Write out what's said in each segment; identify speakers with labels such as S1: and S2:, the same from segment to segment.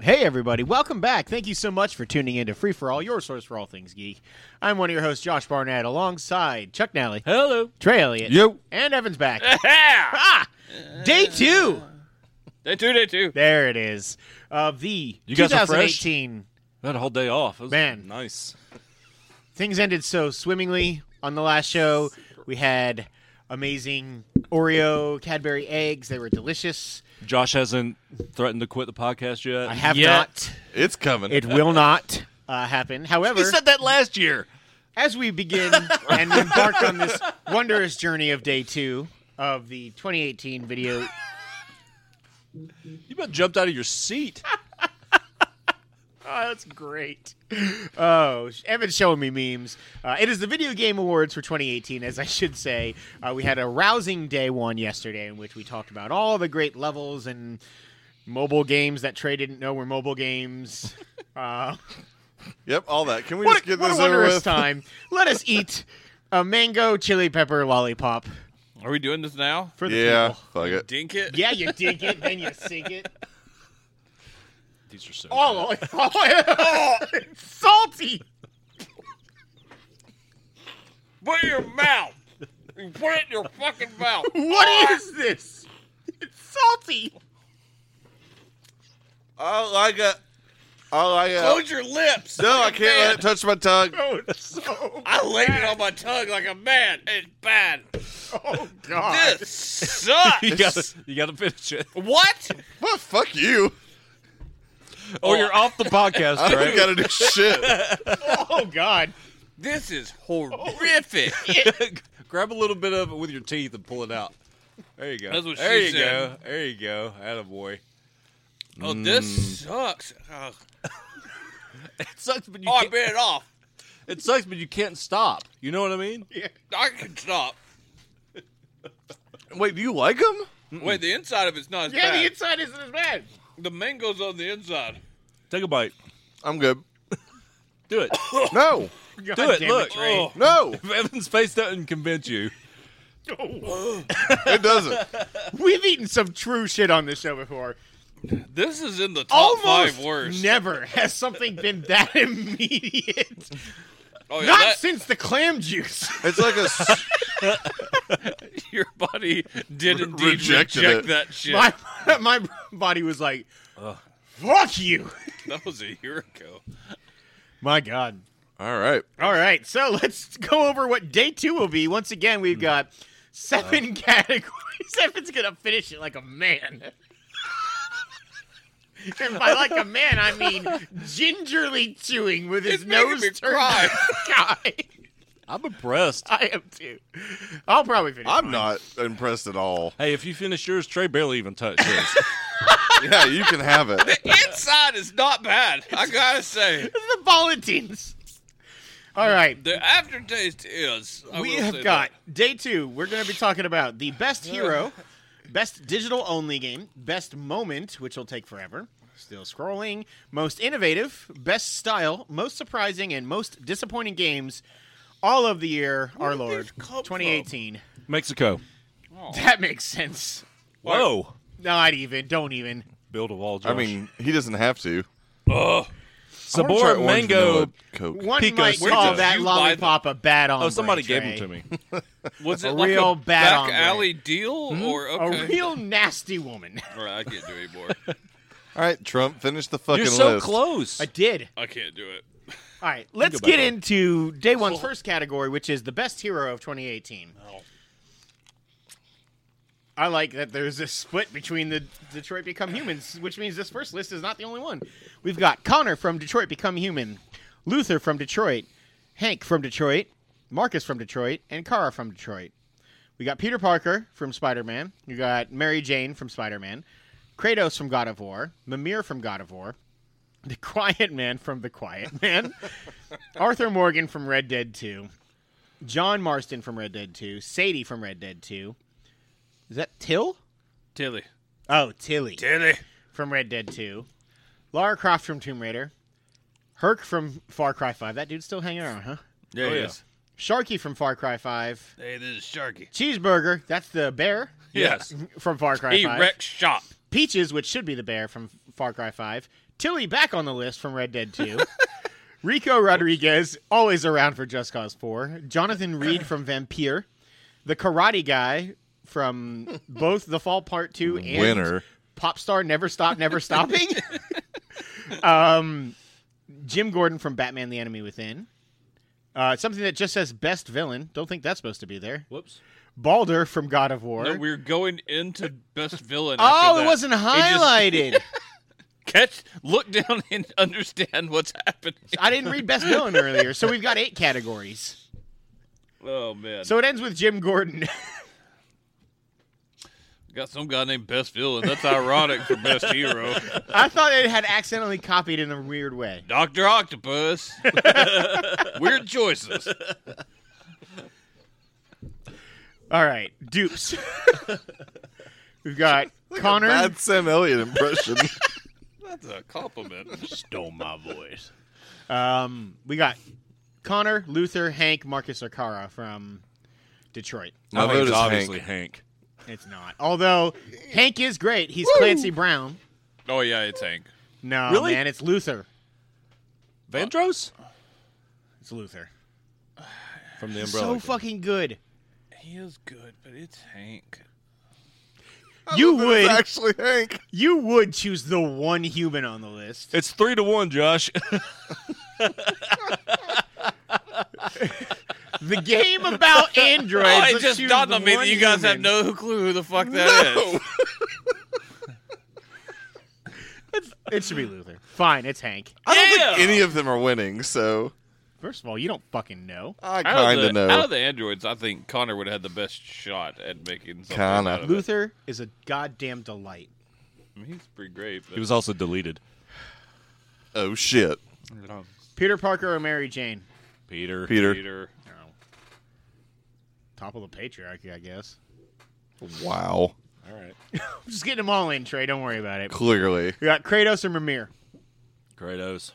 S1: Hey, everybody, welcome back. Thank you so much for tuning in to Free For All, your source for all things geek. I'm one of your hosts, Josh Barnett, alongside Chuck Nally,
S2: Hello.
S1: Trey Elliott,
S3: Yo.
S1: and Evan's back.
S2: Yeah.
S1: ah! Day two!
S2: Day two, day two.
S1: There it is. Of the
S3: You guys are fresh?
S1: 2018.
S3: I had a whole day off. It was
S1: Man.
S3: nice.
S1: Things ended so swimmingly on the last show. We had amazing Oreo Cadbury eggs, they were delicious.
S3: Josh hasn't threatened to quit the podcast yet.
S1: I have
S2: Yet.
S1: not.
S4: It's coming.
S1: It will not uh, happen. However,
S3: He said that last year.
S1: as we begin and embark on this wondrous journey of day two of the 2018 video,
S3: You about jumped out of your seat.
S1: oh, that's great. Oh, Evan's showing me memes. Uh, it is the Video Game Awards for 2018, as I should say. Uh, we had a rousing day one yesterday in which we talked about all the great levels and mobile games that Trey didn't know were mobile games. Uh,
S4: Yep, all that. Can we
S1: what,
S4: just get
S1: what
S4: this
S1: a
S4: over
S1: wondrous
S4: with?
S1: time. Let us eat a mango chili pepper lollipop
S2: Are we doing this now?
S1: for the
S4: Yeah,
S1: people.
S4: fuck it.
S2: Dink it.
S1: Yeah, you dig it, then you sink it.
S3: These are so.
S1: Oh, oh, oh, it's salty.
S2: Put it in your mouth. You put it in your fucking mouth.
S1: What is this? It's salty.
S4: I like it. I like it.
S2: Close your lips.
S4: no, I
S2: like a
S4: can't let it
S2: man.
S4: touch my tongue.
S1: Oh, it's so.
S2: I laid it on my tongue like a man. It's bad.
S1: Oh God.
S2: This sucks.
S3: you gotta, you gotta finish it,
S2: what?
S4: Well, fuck you.
S3: or you're off the podcast,
S4: I
S3: right?
S4: ain't gotta do shit.
S1: Oh God.
S2: This is horrific.
S3: Grab a little bit of it with your teeth and pull it out. There you go.
S2: That's what
S3: there
S2: she
S3: you
S2: said.
S3: go. There you go. Attaboy.
S2: oh,
S1: Mm.
S2: this sucks. Ugh.
S3: It sucks, but you
S2: Oh, I
S3: can't,
S2: bit it off.
S3: it sucks, but you can't stop. You know what I mean?
S2: I can stop.
S4: Wait, do you like them?
S2: Wait, the inside of it's not as
S1: Yeah, the
S2: bad.
S1: inside isn't as bad.
S2: the mango's on the inside.
S3: Take a bite.
S4: I'm good.
S3: Do it.
S4: No,
S1: God
S3: Do it.
S1: damn
S3: Look.
S1: Trey.
S3: Oh.
S4: no,
S3: If Evan's face doesn't convince you,
S1: Oh.
S4: it doesn't.
S1: We've eaten some true shit on this show before.
S2: This is in the
S3: Oh.
S2: top
S1: Almost
S2: five worst.
S1: never has something been that immediate.
S2: oh, yeah,
S1: Not
S2: that-
S1: since the clam juice.
S4: It's like a. s-
S2: your body did
S4: Re-
S2: indeed
S4: rejected
S2: reject
S4: it.
S2: that shit.
S1: My my body was like, "Fuck you."
S2: That was a year ago.
S1: My God.
S4: All right.
S1: All right, so let's go over what day two will be. Once again, we've got
S2: Uh.
S1: seven categories. Evan's gonna finish it like a man. and by like a man, I mean gingerly chewing with his
S2: It's making
S1: nose
S2: me
S1: turned
S2: cry.
S1: to the sky.
S3: I'm impressed.
S1: I am too. I'll probably finish.
S4: I'm
S1: mine.
S4: not impressed at all.
S3: Hey, if you finish yours, Trey barely even touched his.
S4: Yeah, you can have it.
S2: Inside is not bad. I gotta say,
S1: This is the bulletins. All right.
S2: the aftertaste is. I
S1: we
S2: will
S1: have
S2: say
S1: got day two. We're going to be talking about the best hero, best digital only game, best moment, which will take forever. Still scrolling. Most innovative, best style, most surprising, and most disappointing games. All of the year, our
S2: did
S1: Lord,
S2: these come
S1: 2018.
S3: Mexico.
S1: That makes sense.
S3: Whoa.
S1: Not even. Don't even.
S3: Build a wall, Josh.
S4: I mean, he doesn't have to. I wanna try
S3: Sabor
S4: orange
S3: mango. Oh,
S4: vanilla Coke.
S1: One
S3: Pico
S1: might call
S3: Stinko.
S1: that
S2: You buy
S1: lollipop a bad on.
S3: Oh, somebody gave them to me.
S2: that. Was
S1: a
S2: it like
S1: real
S2: a
S1: bad
S2: back
S1: hombre.
S2: alley deal or okay?
S1: A real nasty woman.
S2: All right, I can't do it anymore.
S4: All right, Trump, finish the fucking
S3: You're so
S4: list.
S3: close.
S1: I did.
S2: I can't do it.
S1: All right, let's
S3: go
S1: get
S3: back on.
S1: into day one's first category, which is the best hero of 2018. I like that there's a split between the Detroit Become Humans, which means this first list is not the only one. We've got Connor from Detroit Become Human, Luther from Detroit, Hank from Detroit, Marcus from Detroit, and Kara from Detroit. We got Peter Parker from Spider Man. We got Mary Jane from Spider Man, Kratos from God of War, Mimir from God of War, The Quiet Man from The Quiet Man, Arthur Morgan from Red Dead 2, John Marston from Red Dead 2, Sadie from Red Dead 2. Is that Till?
S2: Tilly.
S1: Oh, Tilly
S2: Tilly.
S1: from Red Dead 2, Lara Croft from Tomb Raider, Herc from Far Cry 5. That dude's still hanging around, huh?
S2: There
S3: Oh,
S2: he
S3: yeah.
S2: is.
S1: Sharky from Far Cry 5,
S2: Hey, this is Sharky.
S1: Cheeseburger, that's the bear
S3: yes.
S1: from Far Cry
S2: He
S1: 5.
S2: wrecked shop.
S1: Peaches, which should be the bear from Far Cry 5, Tilly back on the list from Red Dead 2. Rico Rodriguez, always around for Just Cause 4. Jonathan Reed from Vampire. The Karate Guy from both The Fall Part 2 and
S4: Winner.
S1: Pop Star Never Stop, Never Stopping. um, Jim Gordon from Batman the Enemy Within. Uh, something that just says Best Villain. Don't think that's supposed to be there.
S5: Whoops.
S1: Balder from God of War.
S5: No, we're going into best villain. after
S1: oh, it
S5: that.
S1: wasn't
S5: just-
S1: highlighted.
S5: Catch, look down and understand what's happening.
S1: I didn't read best villain earlier, so we've got eight categories.
S5: Oh man,
S1: So it ends with Jim Gordon.
S5: got some guy named Best Villain. That's ironic for Best Hero.
S1: I thought it had accidentally copied in a weird way.
S5: Doctor Octopus. Weird choices.
S1: All right, dupes. We've got Connor.
S4: Bad Sam Elliott impression.
S5: That's a compliment.
S3: Stole my voice.
S1: Um, we got Connor, Luther, Hank, Marcus Arcara from Detroit.
S4: My
S3: I
S4: vote
S3: think
S4: is
S3: it's obviously
S4: Hank.
S3: Hank.
S1: It's not. Although Hank is great. He's Clancy Brown.
S5: Oh yeah, it's Hank.
S1: No,
S3: Really?
S1: man, it's Luther.
S3: Vandross
S1: It's Luther.
S3: from the
S1: So
S3: Umbrella.
S1: fucking good.
S5: He is good, but it's Hank.
S1: You
S4: That was
S1: would
S4: actually Hank.
S1: you would choose the one human on the list.
S3: it's three to one, Josh.
S1: The game about androids.
S5: Oh, it
S1: let's
S5: just
S1: choose
S5: dawned
S1: the
S5: on me
S1: one
S5: that you guys have
S1: human.
S5: no clue who the fuck that is.
S1: It should be Luther. Fine, it's Hank.
S4: I don't
S5: Yeah.
S4: think any of them are winning, so
S1: First of all, you don't fucking know.
S4: I
S5: Out of
S4: kind
S5: the-
S4: of
S5: Out
S4: know.
S5: of the androids, I think Connor would have had the best shot at making something.
S4: Connor.
S5: out of it.
S1: Luther is a goddamn delight.
S5: I mean, he's pretty great. But
S3: He was also deleted.
S4: Oh shit,
S1: Peter Parker or Mary Jane?
S5: Peter.
S4: Peter.
S5: Peter.
S1: No. Top of the patriarchy, I guess.
S4: Wow.
S5: All right.
S1: I'm just getting them all in, Trey. Don't worry about it.
S4: Clearly.
S1: We got Kratos or Mimir.
S3: Kratos.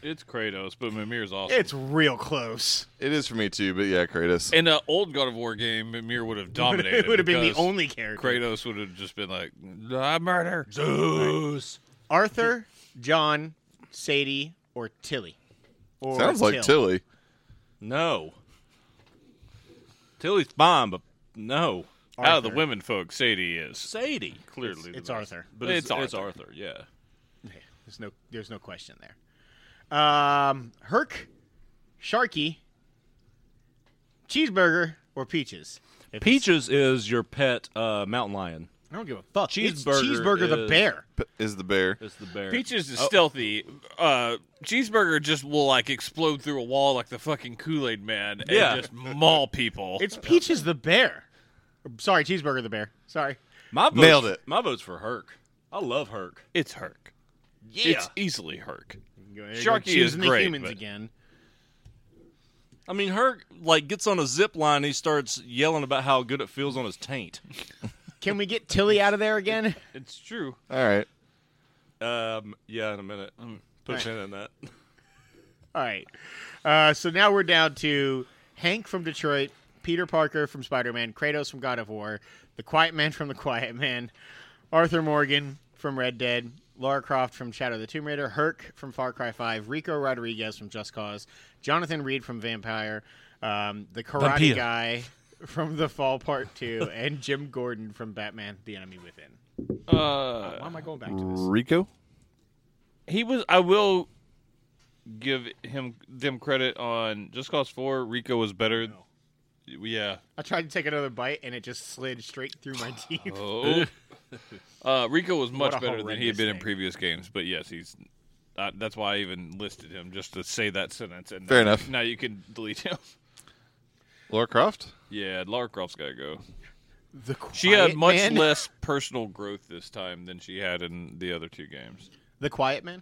S5: It's Kratos, but Mimir's awesome.
S1: It's real close.
S4: It is for me too, but yeah, Kratos.
S5: in an old God of War game, Mimir would have dominated.
S1: it would have been the
S5: because
S1: only character.
S5: Kratos would have just been like, "I murder."
S3: Zeus.
S1: Arthur, John, Sadie, or Tilly. Or
S4: Sounds like
S1: Till.
S4: Tilly.
S3: No. Tilly's fine, but no.
S5: Out of the
S1: Arthur.
S5: women folk, Sadie is
S3: Sadie.
S5: clearly. the
S1: It's
S5: best.
S1: Arthur.
S3: But
S5: It's
S3: it's, it's,
S5: Arthur.
S3: Arthur. Yeah.
S1: Okay, There's no, there's no question there. Um, Herc, Sharky, Cheeseburger, or Peaches. If it's-
S3: Peaches is your pet uh, mountain lion.
S1: I don't give a fuck. It's
S3: Cheeseburger
S1: cheeseburger the
S3: is-
S1: bear.
S4: P- Is the bear.
S3: It's the bear.
S5: Peaches is stealthy. Uh, Cheeseburger just will like explode through a wall like the fucking Kool Aid Man and
S3: Yeah.
S5: just maul people.
S1: It's Peaches the bear. Sorry, Cheeseburger the bear. Sorry.
S3: My vote's,
S4: Nailed it.
S3: My vote's for Herc. I love Herc.
S5: it's Herc.
S3: Yeah.
S5: It's easily Herc.
S1: There you go,
S5: Sharky is
S1: choosing the
S5: great,
S1: humans
S5: but-
S1: again.
S3: I mean, Herc like gets on a zip line. And he starts yelling about how good it feels on his taint.
S1: Can we get Tilly out of there again?
S5: It's true.
S4: All right.
S3: Um, yeah, in a minute. Put a pin in that.
S1: All right. Uh, so now we're down to Hank from Detroit, Peter Parker from Spider Man, Kratos from God of War, The Quiet Man from The Quiet Man, Arthur Morgan from Red Dead, Lara Croft from Shadow of the Tomb Raider, Herc from Far Cry 5, Rico Rodriguez from Just Cause, Jonathan Reed from Vampire, um, The Karate
S3: Vampire.
S1: Guy from The Fall Part 2, and Jim Gordon from Batman The Enemy Within.
S5: Uh,
S1: Why am I going back to this?
S4: Rico.
S5: he was. I will give him them credit on Just Cause Four. Rico was better. Yeah.
S1: I tried to take another bite and it just slid straight through my teeth.
S5: Oh. uh, Rico was much
S1: What a
S5: better than he had been in
S1: horrendous thing.
S5: previous games, but yes, he's. Uh, that's why I even listed him just to say that sentence. And
S4: Fair
S5: now-
S4: enough.
S5: Now you can delete him.
S4: Laura Croft.
S5: Yeah, Lara Croft's gotta go.
S1: The quiet
S5: She had much
S1: man.
S5: less personal growth this time than she had in the other two games.
S1: The Quiet Man?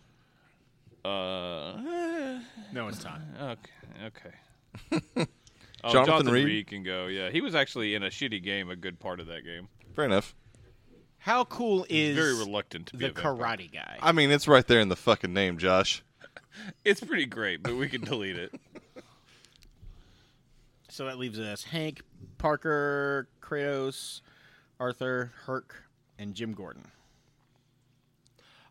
S5: Uh,
S1: No, it's not.
S5: Okay. Okay. oh,
S4: Jonathan
S5: Jonathan,
S4: Reed?
S5: Reed. can go. Yeah, he was actually in a shitty game a good part of that game.
S4: Fair enough.
S1: How cool is
S5: Very reluctant to be
S1: the
S5: a vampire.
S1: Karate Guy?
S4: I mean, it's right there in the fucking name, Josh.
S5: It's pretty great, but we can delete it.
S1: So that leaves us Hank, Parker, Kratos, Arthur, Herc, and Jim Gordon.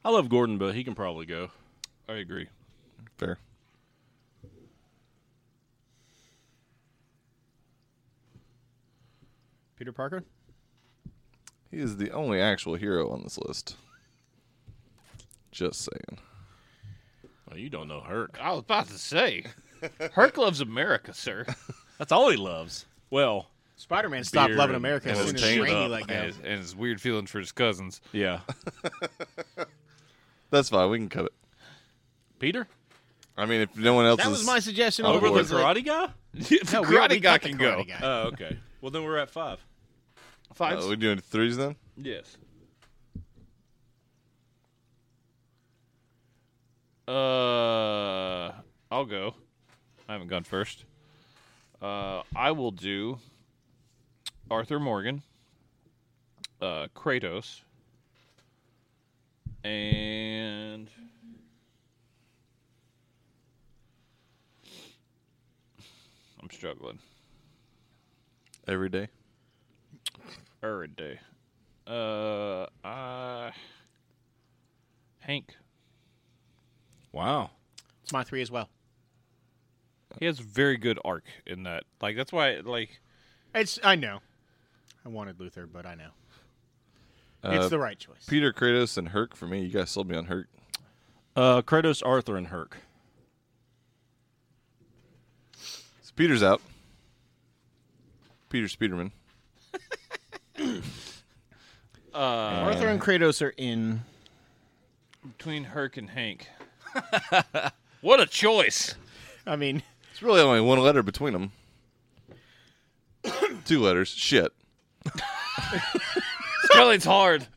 S3: I love Gordon, but he can probably go.
S5: I agree.
S4: Fair.
S1: Peter Parker.
S4: He is the only actual hero on this list. Just saying.
S3: Oh, you don't know Herc.
S5: I was about to say, Herc loves America, sir.
S3: That's all he loves. Well,
S1: Spider Man stopped
S3: Beer
S1: loving
S3: and-
S1: America as
S3: and
S1: soon as
S3: chained
S1: Raimi
S3: up.
S1: let go.
S5: and, his, and his weird feelings for his cousins.
S3: yeah.
S4: That's fine. We can cut it.
S3: Peter
S4: I mean, if no one else
S1: That
S4: is, uh,
S1: was my suggestion.
S3: over
S1: was
S3: the
S1: like-
S3: karate guy.
S1: No, we-
S5: Karate
S1: we
S5: guy
S1: cut the
S5: can
S1: karate
S5: go.
S1: guy.
S3: Oh, okay. Well, then we're at five.
S5: Five.
S4: Uh, we're doing threes then.
S5: yes. Uh, I'll go. I haven't gone first. Uh, I will do Arthur Morgan, uh, Kratos, and I'm struggling.
S4: Every day.
S5: Every day. Uh, uh, Hank.
S3: Wow.
S1: It's my three as well.
S5: He has very good arc in that. Like that's why, like,
S1: It's I know. I wanted Luther, but I know
S4: Uh,
S1: it's the right choice.
S4: Peter Kratos and Herc for me. You guys sold me on Herc.
S3: Uh, Kratos, Arthur, and Herc.
S4: So Peter's out. Peter Speederman.
S5: uh,
S1: Arthur and Kratos are in.
S5: between Herc and Hank. what a choice!
S1: I mean,
S4: It's really only one letter between them. Two letters. Shit.
S5: Spelling's hard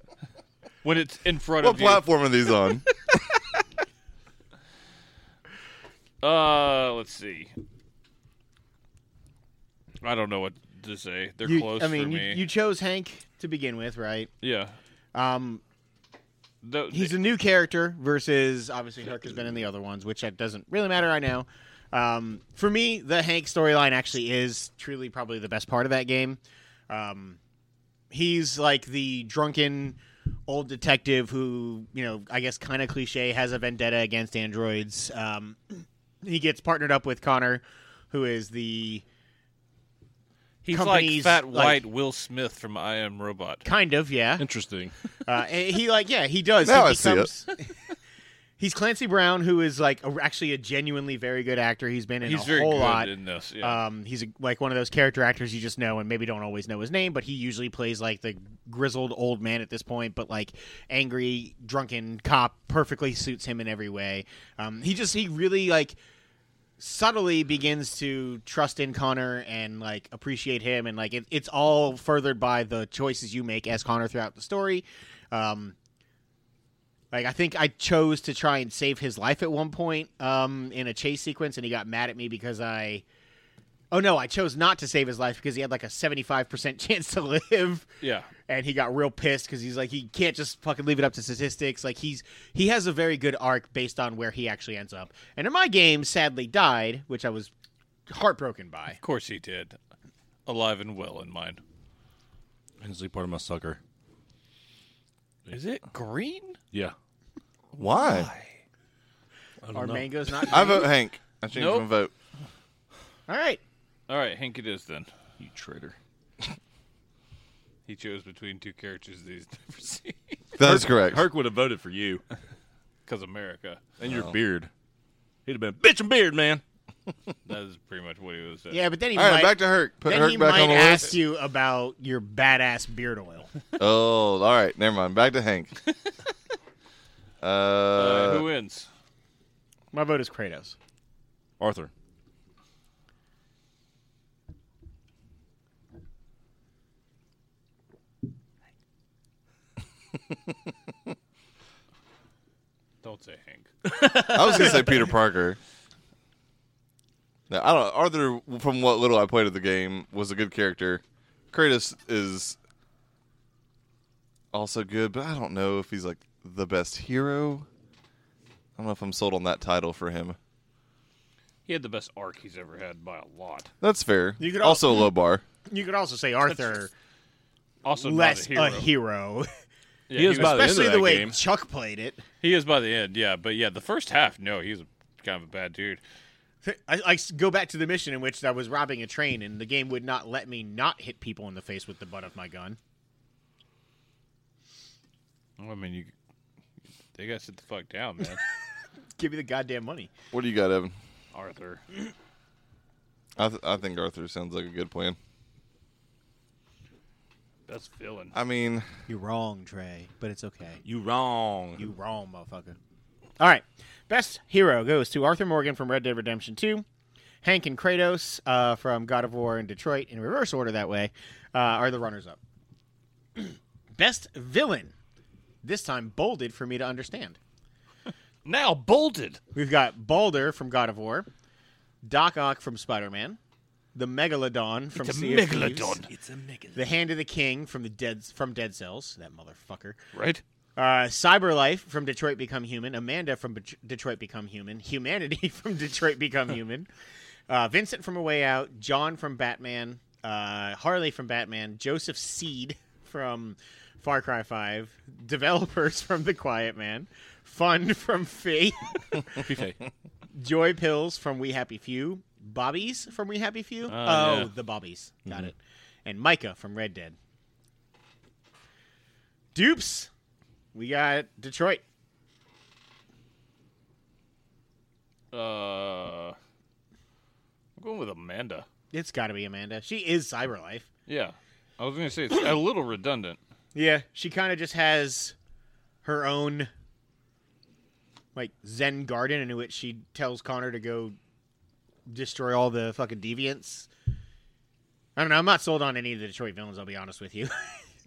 S5: when it's in front
S4: What
S5: of you.
S4: platform are these on?
S5: Uh, let's see. I don't know what to say. They're
S1: you,
S5: close
S1: I mean,
S5: for
S1: you,
S5: me.
S1: you chose Hank to begin with, right?
S5: yeah.
S1: Um,
S5: Th-
S1: he's a new character versus obviously Herc has been in the other ones, which that doesn't really matter right now. Um, for me, the Hank storyline actually is truly probably the best part of that game. Um, he's like the drunken old detective who, you know, I guess kind of cliche has a vendetta against androids. Um, he gets partnered up with Connor, who is the
S5: he's like
S1: companies,
S5: fat
S1: like-
S5: white Will Smith from I Am Robot.
S1: kind of yeah
S3: Interesting.
S1: Uh, and he like yeah he does.
S4: Now
S1: he
S4: I see
S1: he's Clancy Brown, who is like a, actually a genuinely very good actor. He's been in
S5: He's
S1: a
S5: very
S1: whole
S5: good
S1: lot.
S5: in this.
S3: Uh,
S5: Yeah.
S1: um, he's a, like one of those character actors you just know and maybe don't always know his name, but he usually plays like the grizzled old man at this point, but like angry, drunken cop perfectly suits him in every way. Um, he just he really like subtly begins to trust in Connor and like appreciate him, and like it, it's all furthered by the choices you make as Connor throughout the story. Um, like I think I chose to try and save his life at one point um, in a chase sequence, and he got mad at me because I. Oh no, I chose not to save his life because he had like a seventy-five percent chance to live
S5: yeah.
S1: and he got real pissed because he's like he can't just fucking leave it up to statistics like he's he has a very good arc based on where he actually ends up and in my game sadly died which i was heartbroken by
S5: Of course he did. Alive and well in mine.
S3: Hensley, part of my sucker.
S5: Is it green?
S3: Yeah.
S4: Why?
S3: I don't
S1: our
S3: know.
S1: mango's not
S4: I vote Hank. I changed
S5: Nope.
S4: my vote.
S1: all right
S5: All right, Hank it is then.
S3: You traitor.
S5: He chose between two characters that he's never seen.
S4: That is correct.
S3: Herc would have voted for you
S5: Because America.
S3: and your beard. He'd have been bitch and beard, man.
S5: That is pretty much what he was saying.
S1: yeah but then he
S4: All right,
S1: might,
S4: back to Herc. Put
S1: then
S4: Herc
S1: he
S4: back
S1: might
S4: on the
S1: ask
S4: list.
S1: you about your badass beard oil
S4: Oh, all right. Never mind. Back to Hank. uh,
S5: Uh, who wins?
S1: my vote is kratos
S3: Arthur.
S5: Don't say Hank.
S4: I was gonna say Peter Parker. No, I don't. Arthur, from what little I played of the game, was a good character. Kratos is also good, but I don't know if he's like the best hero. I don't know if I'm sold on that title for him.
S5: He had the best arc he's ever had by a lot.
S4: That's fair.
S1: You could
S4: also low bar.
S1: you could also say arthur
S5: Also,
S1: less
S5: not a hero.
S1: hero
S5: Yeah,
S3: he is
S5: he was-
S3: by the end of
S1: Especially
S3: that
S1: the way
S3: game.
S1: Chuck played it.
S5: He is by the end, yeah. But yeah, the first half, no, he's kind of a bad dude.
S1: I, I s- go back to the mission in which I was robbing a train, and the game would not let me not hit people in the face with the butt of my gun.
S5: Well, I mean, you they got to sit the fuck down, man.
S1: Give me the goddamn money.
S4: What do you got, Evan?
S5: Arthur.
S4: I, th- I think Arthur sounds like a good plan.
S5: That's villain.
S4: I mean,
S1: You're wrong, Trey, but it's okay.
S3: You wrong.
S1: You wrong, motherfucker. All right. Best hero goes to Arthur Morgan from Red Dead Redemption 2, Hank and Kratos uh, from God of War and Detroit, in reverse order that way, uh, are the runners up. Best villain, this time bolded for me to understand.
S5: Now bolted.
S1: We've got Balder from God of War, Doc Ock from Spider Man, the Megalodon from
S5: It's a
S1: Sea of Thieves,
S5: megalodon.
S1: the Hand of the King from the Dead from Dead Cells, that motherfucker,
S5: Right?
S1: uh, Cyberlife from Detroit Become Human, Amanda from Bet- Detroit Become Human, Humanity from Detroit Become Human, uh, Vincent from A Way Out, John from Batman, uh, Harley from Batman, Joseph Seed from Far Cry 5, developers from The Quiet Man, Fun from Fee, Joy Pills from We Happy Few, Bobbies from We Happy Few. oh, Mm-hmm.
S5: yeah.
S1: the Bobbies. Got it. And Micah from Red Dead. Dupes. We got Detroit.
S5: Uh, I'm going with Amanda.
S1: It's got to be Amanda. She is Cyberlife.
S5: Yeah. I was going to say it's a little redundant.
S1: Yeah, she kind of just has her own like Zen garden in which she tells Connor to go destroy all the fucking deviants. I don't know. I'm not sold on any of the Detroit villains. I'll be honest with you.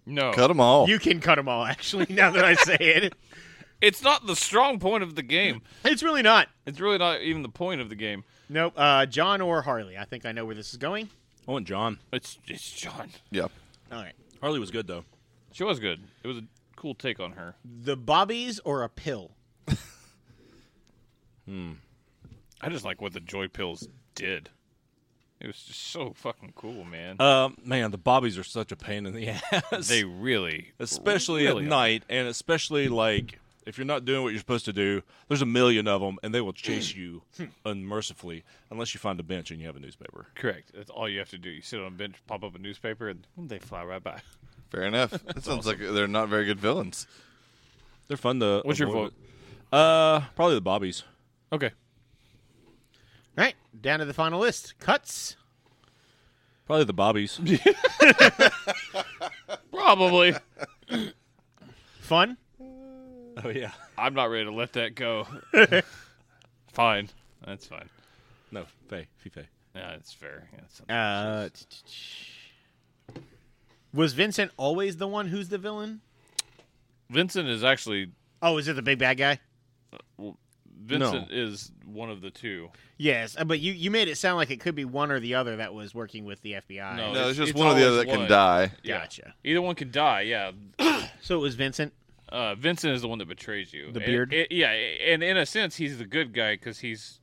S5: No.
S4: cut them all.
S1: You can cut them all. Actually, now that I say it,
S5: It's not the strong point of the game.
S1: it's really not.
S5: It's really not even the point of the game.
S1: Nope. Uh, John or Harley. I think I know where this is going.
S3: I went John.
S5: It's it's John.
S4: yeah.
S1: All right.
S3: Harley was good though.
S5: She was good. It was a cool take on her.
S1: The bobbies or a pill.
S5: I just like what the joy pills did. It was just so fucking cool, man.
S3: Uh, man, the bobbies are such a pain in the ass.
S5: they really
S3: especially
S5: really
S3: at
S5: are.
S3: night, and especially like if you're not doing what you're supposed to do. There's a million of them, and they will chase you unmercifully unless you find a bench and you have a newspaper.
S5: correct. That's all you have to do. You sit on a bench, pop up a newspaper, and they fly right by.
S4: Fair enough. That sounds like they're not very good villains.
S3: They're fun to.
S5: What's your
S3: avoid.
S5: vote?
S3: Uh, probably the bobbies.
S5: Okay.
S1: All right. Down to the final list. Cuts.
S3: Probably the bobbies.
S5: Probably.
S1: Fun.
S3: oh yeah.
S5: I'm not ready to let that go. fine. That's fine.
S3: No, Fey, Fee Fey.
S5: Yeah, that's fair. Yeah, that's something.
S1: Uh, t- t- t- was Vincent always the one who's the villain?
S5: Vincent is actually
S1: Oh, is it the big bad guy?
S5: Vincent is one of the two.
S1: Yes, uh, but you, you made it sound like it could be one or the other that was working with the FBI.
S4: No,
S5: No. It's-
S4: it's just
S5: it's
S4: one or the other
S5: always
S4: that can
S5: one.
S4: die.
S5: Yeah.
S1: Gotcha.
S5: Either one could die. Yeah.
S1: So it was Vincent.
S5: Uh, Vincent is the one that betrays you.
S1: The
S5: And-
S1: beard?
S5: it- yeah, and in a sense, he's the good guy because he's,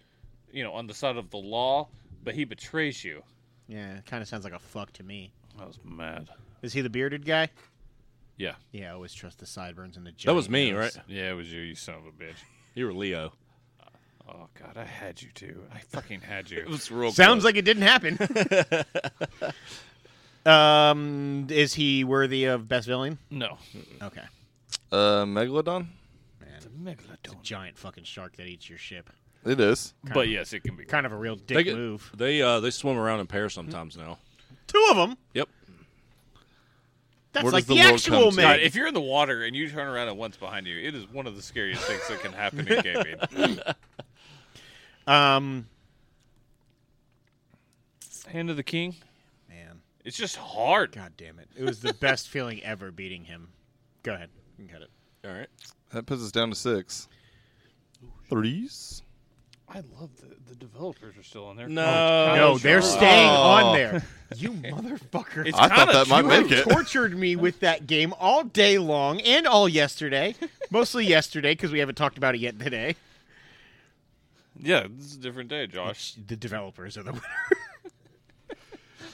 S5: you know, on the side of the law, but he betrays you.
S1: Yeah, kind of sounds like a fuck to me.
S5: I was mad.
S1: Is he the bearded guy?
S5: Yeah.
S1: Yeah, I always trust the sideburns and the.
S3: That was
S1: giant
S3: me,
S1: nose.
S3: right?
S5: Yeah, it was you, you son of a bitch.
S3: You were Leo.
S5: Oh, God, I had you too. I fucking had you.
S3: was real.
S1: Sounds like it didn't happen. um, is he worthy of best villain?
S5: no.
S1: Okay,
S4: Uh, Megalodon?
S5: It's a megalodon.
S1: giant fucking shark that eats your ship.
S4: It is.
S5: But yes, it can be.
S1: Kind of a real
S3: they
S1: dick
S3: get-
S1: move.
S3: They uh they swim around in pairs sometimes now.
S1: Two of them.
S3: Yep.
S1: That's
S4: Where
S1: like
S4: does
S1: the,
S4: the world
S1: actual
S4: come to?
S5: God,
S1: man.
S5: if you're in the water and you turn around and one's behind you, it is one of the scariest things that can happen in gaming.
S1: Um,
S5: Hand of the King.
S1: man,
S5: It's just hard.
S1: god damn it! It was the best feeling ever beating him. Go ahead, you can cut it.
S3: All right.
S4: That puts us down to six. Threes?
S5: I love the the developers are still on there. Oh,
S3: No.
S1: No, they're
S5: sure.
S1: staying
S4: Oh.
S1: on there. You motherfucker!
S5: It's
S4: I thought
S5: kinda
S4: that might
S5: true.
S4: make it.
S1: tortured me with that game all day long and all yesterday. Mostly yesterday because we haven't talked about it yet today.
S5: Yeah, this is a different day, Josh.
S1: The developers are the winner.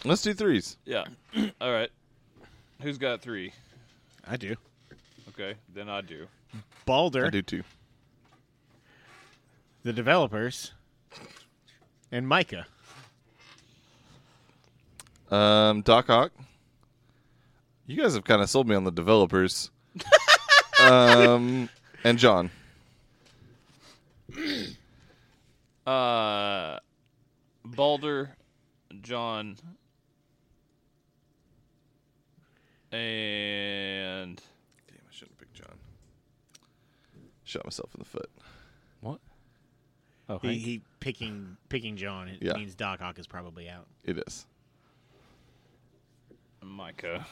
S4: Let's do threes.
S5: Uh, Yeah. All right. Who's got three?
S1: I do.
S5: Okay, then I do.
S1: Balder,
S4: I do too.
S1: the developers, and Micah.
S4: Um, Doc Ock. You guys have kind of sold me on the developers. um, and John.
S5: Uh, Balder, John, and
S4: Damn, I shouldn't pick John. Shot myself in the foot.
S5: what? Oh,
S1: He,
S5: Hank.
S1: he picking picking John. It
S4: Yeah.
S1: means Doc Ock is probably out.
S4: It is.
S5: Micah.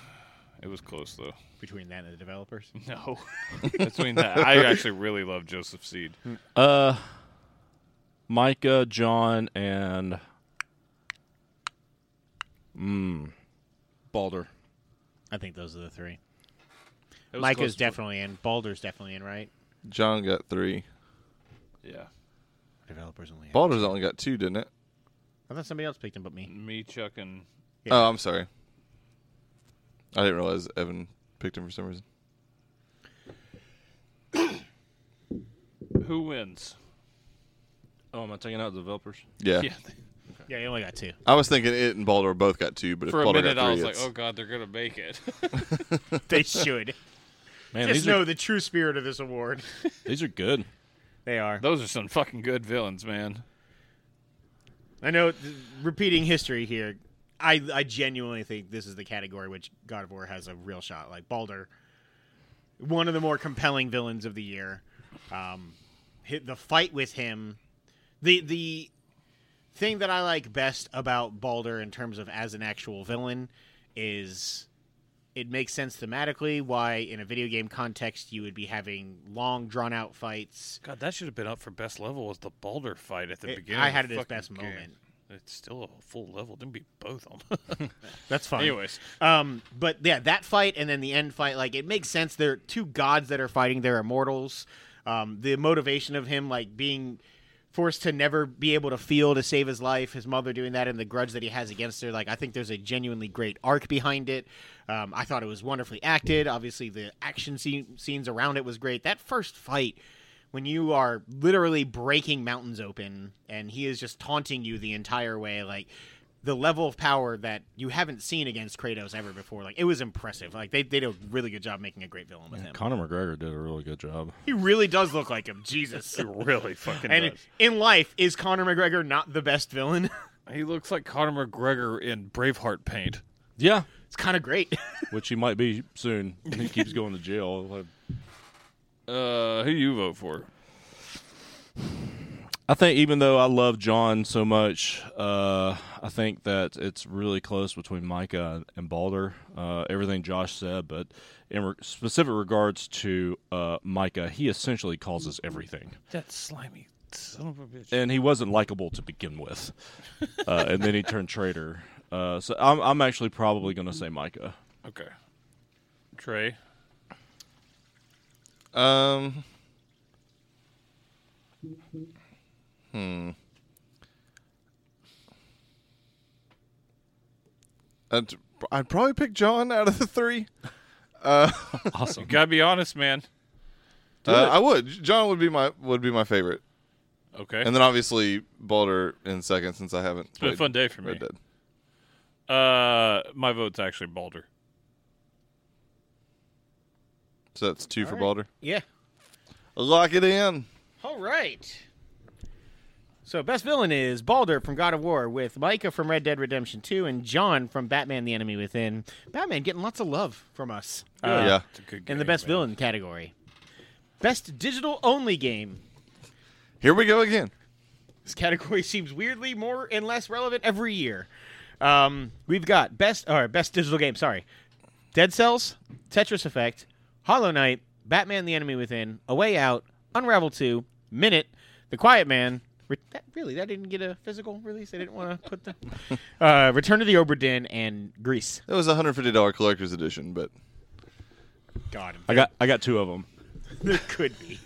S5: It was close though.
S1: Between that and the developers,
S5: No, between that, I actually really love Joseph Seed.
S3: Uh, Micah, John, and mm, Balder.
S1: I think those are the three.
S5: It was
S1: Micah's
S5: close.
S1: definitely in. Balder's definitely in, right?
S4: John got three.
S5: Yeah,
S1: Developers only. Have.
S4: Baldur's only got two, didn't it?
S1: I thought somebody else picked him but me.
S5: me, Chuck, and
S1: Yeah.
S4: Oh, I'm sorry. I didn't realize Evan picked him for some reason.
S5: who wins?
S3: Oh, am I taking out the developers?
S4: Yeah.
S1: Yeah, he only got two.
S4: I was thinking it and Baldur both got two, but
S5: For
S4: if
S5: a
S4: Baldur
S5: minute,
S4: got
S5: I was
S4: three,
S5: like,
S4: it's-
S5: "Oh God, they're gonna make it."
S1: They should.
S3: Man,
S1: Just
S3: these are
S1: know the true spirit of this award.
S3: these are good.
S1: They are.
S5: Those are some fucking good villains, man.
S1: I know. th- Repeating history here, I I genuinely think this is the category which God of War has a real shot. Like Balder, one of the more compelling villains of the year. Um, hit the fight with him, the the thing that I like best about Balder in terms of as an actual villain is it makes sense thematically why in a video game context you would be having long drawn out fights
S6: God, that should have been up for best level was the Balder fight at the
S1: It-
S6: beginning.
S1: I
S6: of
S1: had
S6: the
S1: it as
S6: fucking
S1: best
S6: game.
S1: moment.
S6: It's still a full level. Didn't be both of them.
S1: that's fine
S6: Anyways,
S1: Um, but yeah, that fight and then the end fight, like it makes sense. They're two gods that are fighting. They're immortals. Um, the motivation of him, like being forced to never be able to feel to save his life, his mother doing that, and the grudge that he has against her. Like I think there's a genuinely great arc behind it. Um, I thought it was wonderfully acted. Obviously, the action scene, scenes around it was great. That first fight. When you are literally breaking mountains open and he is just taunting you the entire way, like the level of power that you haven't seen against Kratos ever before. Like it was impressive. Like they, they did a really good job making a great villain with him.
S3: Conor McGregor did a really good job.
S1: He really does look like him. Jesus.
S6: really fucking.
S1: and
S6: does.
S1: in life, is Conor McGregor not the best villain?
S5: He looks like Conor McGregor in Braveheart paint.
S3: Yeah,
S1: it's kind of great.
S3: which he might be soon. He keeps going to jail.
S5: Uh, who you vote for?
S3: I think even though I love John so much, uh, I think that it's really close between Micah and Balder. Uh, everything Josh said, but in re- specific regards to uh, Micah, he essentially causes everything,
S6: that slimy son of a bitch.
S3: and he wasn't likable to begin with, uh, and then he turned traitor. Uh, so I'm, I'm actually probably going to say Micah.
S5: Okay, Trey.
S4: Um. Hmm. hmm. I'd, I'd probably pick John out of the three.
S5: You gotta be honest, man.
S4: Uh, I would. John would be my would be my favorite,
S5: Okay,
S4: and then obviously Balder in second since I haven't. It's
S5: been a fun day for me.
S4: Red Dead.
S5: uh, my vote's actually Balder.
S4: So that's two for Balder.
S1: yeah.
S4: Lock it in.
S1: All right. So best villain is Balder from God of War with Micah from Red Dead Redemption 2 and John from Batman the Enemy Within. Batman getting lots of love from us. Uh,
S4: yeah.
S5: It's a good game.
S1: In the best villain category. Best digital only game
S4: Here we go again.
S1: This category seems weirdly more and less relevant every year. Um, we've got best or best digital game. Sorry, Dead Cells, Tetris Effect, Hollow Knight, Batman: The Enemy Within, A Way Out, Unravel Two, Minute, The Quiet Man. Re- that, really, that didn't get a physical release. They didn't want to put the uh, Return to the Obra Dinn and Greece.
S4: That was a hundred fifty dollar collector's edition, but
S1: God,
S3: I got I got two of them.
S1: there could be.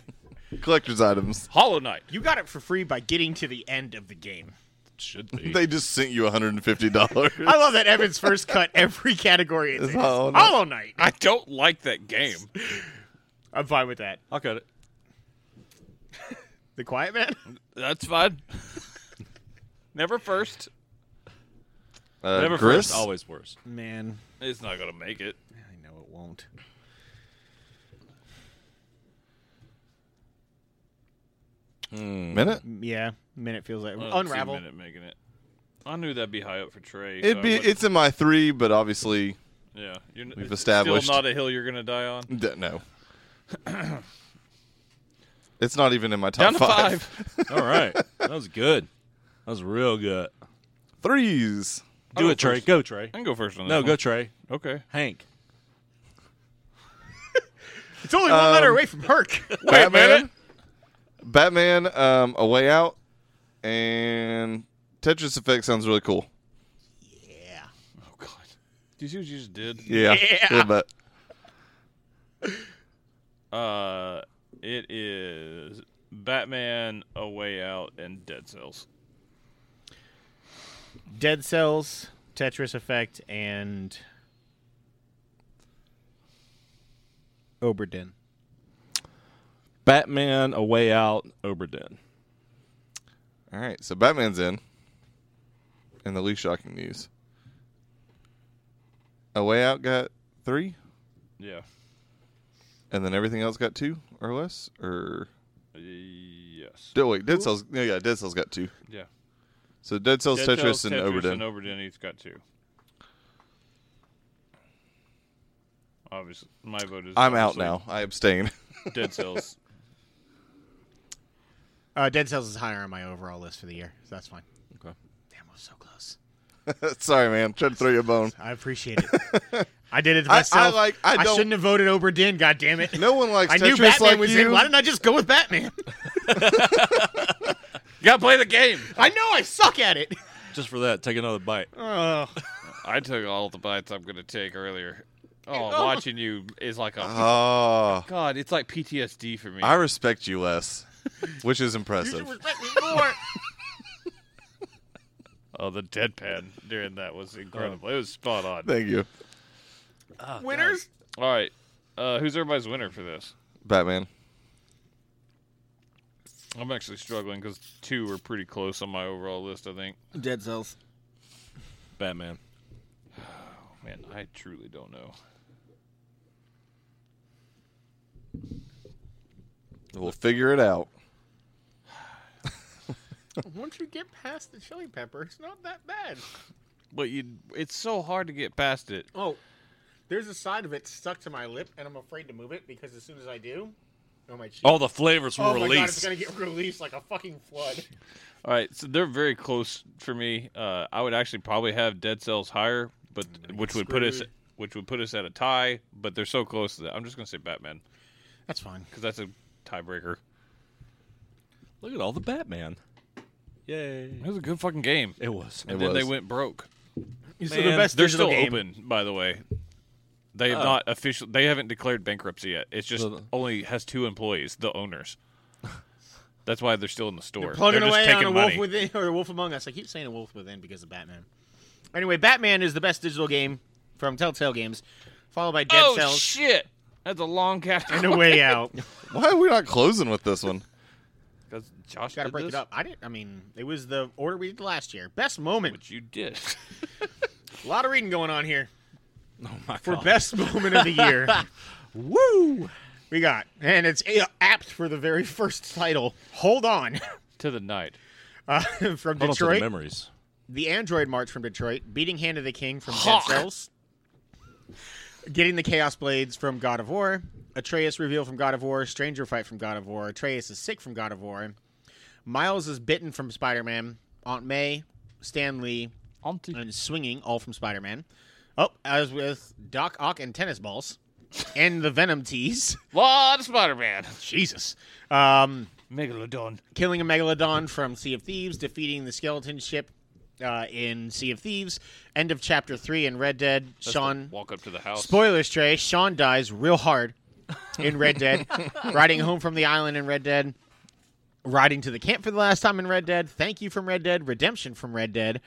S4: collector's items.
S5: Hollow Knight.
S1: You got it for free by getting to the end of the game.
S3: Should be.
S4: They just sent you hundred and fifty dollars.
S1: I love that Evan's first cut every category. Is
S4: Hollow Knight.
S1: Hollow Knight.
S5: I don't like that game.
S1: I'm fine with that.
S5: I'll cut it.
S1: The Quiet Man.
S5: That's fine. Never first.
S4: Uh,
S5: Never
S4: Gris?
S5: first, always worse.
S1: Man,
S5: It's not gonna make it.
S1: I know it won't.
S4: Minute?
S1: Yeah, minute feels like
S5: I don't see
S1: unravel.
S5: Minute making it. I knew that'd be high up for Trey. so I
S4: It'd be.
S5: wouldn't-
S4: It's in my three, but obviously,
S5: yeah. You're, n-
S4: we've
S5: it's
S4: established-
S5: Still not a hill you're gonna die on.
S4: d- no. it's not even in my top
S5: Down to
S4: five.
S5: five.
S3: All right, that was good. That was real good.
S4: Threes.
S3: Do it, Trey. Go, Trey.
S5: I can go first on that.
S3: No, go, Trey.
S5: go. Okay.
S3: Hank.
S1: It's only one letter
S4: Um,
S1: away from Herc.
S5: Wait a minute.
S4: Batman, um, A Way Out, and Tetris Effect sounds really cool.
S1: yeah.
S5: Oh God. Do you see what you just did?
S4: Yeah.
S1: Yeah.
S4: but
S5: Uh, it is Batman, A Way Out, and Dead Cells.
S1: Dead Cells, Tetris Effect, and Oberdin.
S3: Batman, A Way Out, Oberdin.
S4: all right, so Batman's in. And the least shocking news. A Way Out got three,
S5: Yeah.
S4: and then everything else got two or less, or
S5: Yes.
S4: oh, wait, Dead Cells. No, yeah, Dead Cells got two.
S5: Yeah.
S4: So Dead Cells,
S5: Dead
S4: Tetris,
S5: Cells,
S4: and Oberdin.
S5: and Oberdin each got two. Obviously, my vote is.
S4: I'm out
S5: obviously
S4: now. I abstain.
S5: Dead Cells.
S1: Uh, Dead Cells is higher on my overall list for the year, so that's fine.
S3: Okay.
S1: Damn, I was so close.
S4: Sorry, man. Tried to throw you a bone.
S1: I appreciate it. I did it to
S4: I- I
S1: myself.
S4: like- I don't-
S1: shouldn't have voted Oberdin. God damn it!
S4: No one likes
S1: I
S4: Tetris
S1: knew Batman
S4: like
S1: was
S4: you.
S1: in. Why didn't I just go with Batman?
S5: you gotta play the game.
S1: I know I suck at it.
S3: Just for that, take another bite.
S1: Oh,
S5: I took all the bites I'm gonna take earlier. Oh, watching you is like a
S4: Oh,
S5: God. It's like PTSD for me.
S4: I respect you less, which is impressive.
S1: respect me more.
S5: oh, the deadpan during that was incredible. It was spot on.
S4: Thank you,
S1: Oh, Winners.
S5: All right. Uh, who's everybody's winner for this?
S4: Batman.
S5: I'm actually struggling because two are pretty close on my overall list, I think.
S1: Dead Cells.
S3: Batman.
S5: Man, I truly don't know.
S4: We'll figure it out.
S1: Once you get past the Chili Pepper, it's not that bad.
S5: But you, it's so hard to get past it.
S1: Oh, there's a side of it stuck to my lip, and I'm afraid to move it because as soon as I do, oh my cheek.
S3: All the flavors were
S1: Oh my god, it's
S3: released.
S1: gonna get released like a fucking flood.
S5: All right, so they're very close for me. Uh, I would actually probably have Dead Cells higher, but which would put us,
S1: screwed.
S5: which would put us at a tie. But they're so close to that. I'm just gonna say Batman
S1: That's fine.
S5: because that's a tiebreaker.
S3: Look at all the Batman. Yay.
S5: It was a good fucking game,
S3: It was.
S5: and then they
S4: was.
S5: went broke.
S1: These
S5: Man, they're still open, by the way. They have
S3: Oh.
S5: not official. They haven't declared bankruptcy yet. It's just
S3: So the-
S5: only has two employees, the owners. That's why they're still in the store.
S1: Plugging
S5: They're just
S1: away
S5: taking
S1: on a
S5: money.
S1: wolf within or a wolf among us. I keep saying a wolf within because of Batman. Anyway, Batman is the best digital game from Telltale Games, followed by Dead
S5: oh
S1: Cells
S5: shit! That's a long category.
S1: and A Way Out.
S4: Why are we not closing with this one?
S5: Because Josh
S1: Got to
S5: did
S1: break it
S5: this,
S1: up. I didn't. I mean, it was the order we did last year. Best moment.
S5: which you did.
S1: A lot of reading going on here.
S3: Oh my
S1: for
S3: god.
S1: best moment of the year.
S3: Woo!
S1: We got, and it's a- apt for the very first title. Hold on,
S5: to the night.
S1: uh, from
S3: Hold on to the
S1: Detroit, the,
S3: memories.
S1: Android March from Detroit, beating Hand of the King from
S5: Hawk.
S1: Dead Cells, getting the Chaos Blades from God of War, Atreus reveal from God of War, Stranger fight from God of War, Atreus is sick from God of War, Miles is bitten from Spider Man, Aunt May, Stan Lee, and swinging, all from Spider Man. Oh, as with Doc Ock and tennis balls, and the Venom tease.
S5: Lot of Spider-Man.
S1: Jesus. Um,
S5: Megalodon.
S1: killing a megalodon from Sea of Thieves, defeating the skeleton ship uh, in Sea of Thieves. End of chapter three in Red Dead. Sean.
S5: Walk up to the house.
S1: Spoilers, Trey. Sean dies real hard in Red Dead. riding home from the island in Red Dead. Riding to the camp for the last time in Red Dead. Thank you from Red Dead. Redemption from Red Dead.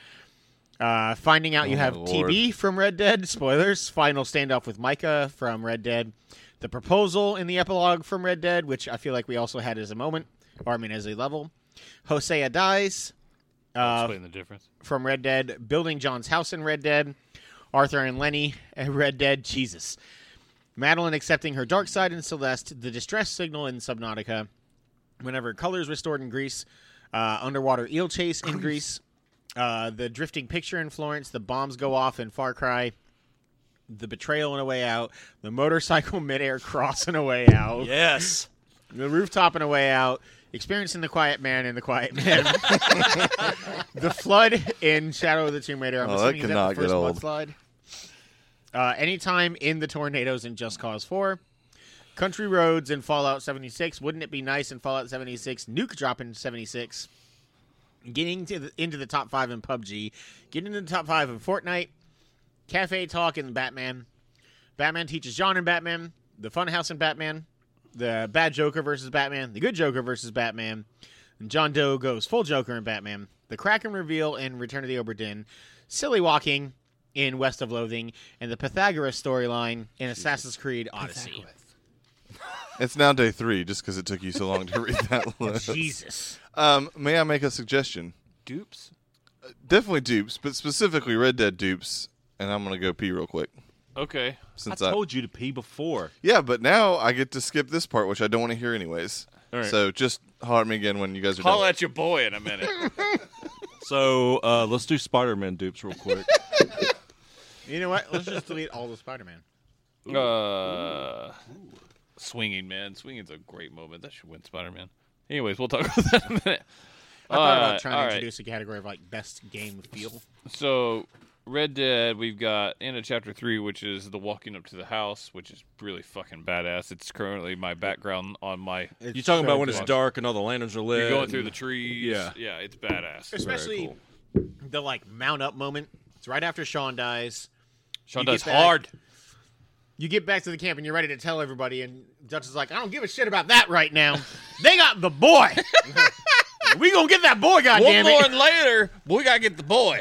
S1: Uh, finding out you
S4: Oh,
S1: have
S4: my
S1: TB from Red Dead. Spoilers. Final standoff with Micah from Red Dead. The proposal in the epilogue from Red Dead, which I feel like we also had as a moment, or I mean as a level. Hosea dies uh,
S5: the difference.
S1: from Red Dead. Building John's house in Red Dead. Arthur and Lenny and Red Dead. Jesus. Madeline accepting her dark side in Celeste. The distress signal in Subnautica. Whenever colors restored in Greece. Uh, underwater eel chase in Greece uh, the drifting picture in Florence, the bombs go off in Far Cry, the betrayal in a way out, the motorcycle midair cross in a way out,
S7: Yes.
S1: the rooftop in a way out, experiencing the quiet man in the quiet man, the flood in Shadow of the Tomb Raider. I'm
S4: Oh, that
S1: assuming is
S4: cannot
S1: that
S4: get
S1: the first
S4: old.
S1: mudslide. Uh, anytime in the tornadoes in Just Cause 4. Country roads in Fallout 76. Wouldn't it be nice in Fallout 76? Nuke drop in 76 getting to the, into the top five in PUBG, getting into the top five in Fortnite, Cafe Talk in Batman, Batman teaches John in Batman, the Funhouse in Batman, the Bad Joker versus Batman, the Good Joker versus Batman, and John Doe goes full Joker in Batman, the Kraken reveal in Return of the Oberdin, Silly Walking in West of Loathing, and the Pythagoras storyline in Assassin's Creed Odyssey.
S4: It's now day three, just because it took you so long to read that list.
S1: Jesus.
S4: Um, may I make a suggestion? Uh,
S5: Dupes.
S4: Definitely dupes, but specifically Red Dead dupes. And I'm gonna go pee real quick
S5: Okay.
S4: since
S3: I
S4: I,
S3: told you to pee before.
S4: yeah, but now I get to skip this part, which I don't want to hear anyways.
S3: All right.
S4: So just holler at me again when you guys are
S2: I'll
S4: done.
S2: at your boy in a minute.
S3: So uh, let's do Spider-Man dupes real quick.
S1: You know what? Let's just delete all the Spider Man.
S5: Uh, swinging man, swinging's a great moment. That should win Spider Man. Anyways, we'll talk about that in a minute.
S1: I
S2: Uh,
S1: thought about
S5: Alright,
S1: trying
S5: alright.
S1: to introduce a category of like best game feel.
S5: So, Red Dead, we've got end of chapter three, which is the walking up to the house, which is really fucking badass. It's currently my background on my.
S3: You talking about when it's
S5: good.
S3: dark and all the lanterns are lit?
S5: You're going through
S3: and-
S5: the trees.
S3: yeah.
S5: yeah, it's badass.
S1: especially the like mount up moment. It's right after Sean dies.
S5: Sean
S1: you
S5: does
S1: get back-
S5: hard.
S1: You get back to the camp and you're ready to tell everybody, and Dutch is like, "I don't give a shit about that right now. they got the boy. we gonna get that boy,
S2: One
S1: goddamn
S2: more
S1: it!"
S2: and later, we gotta get the boy.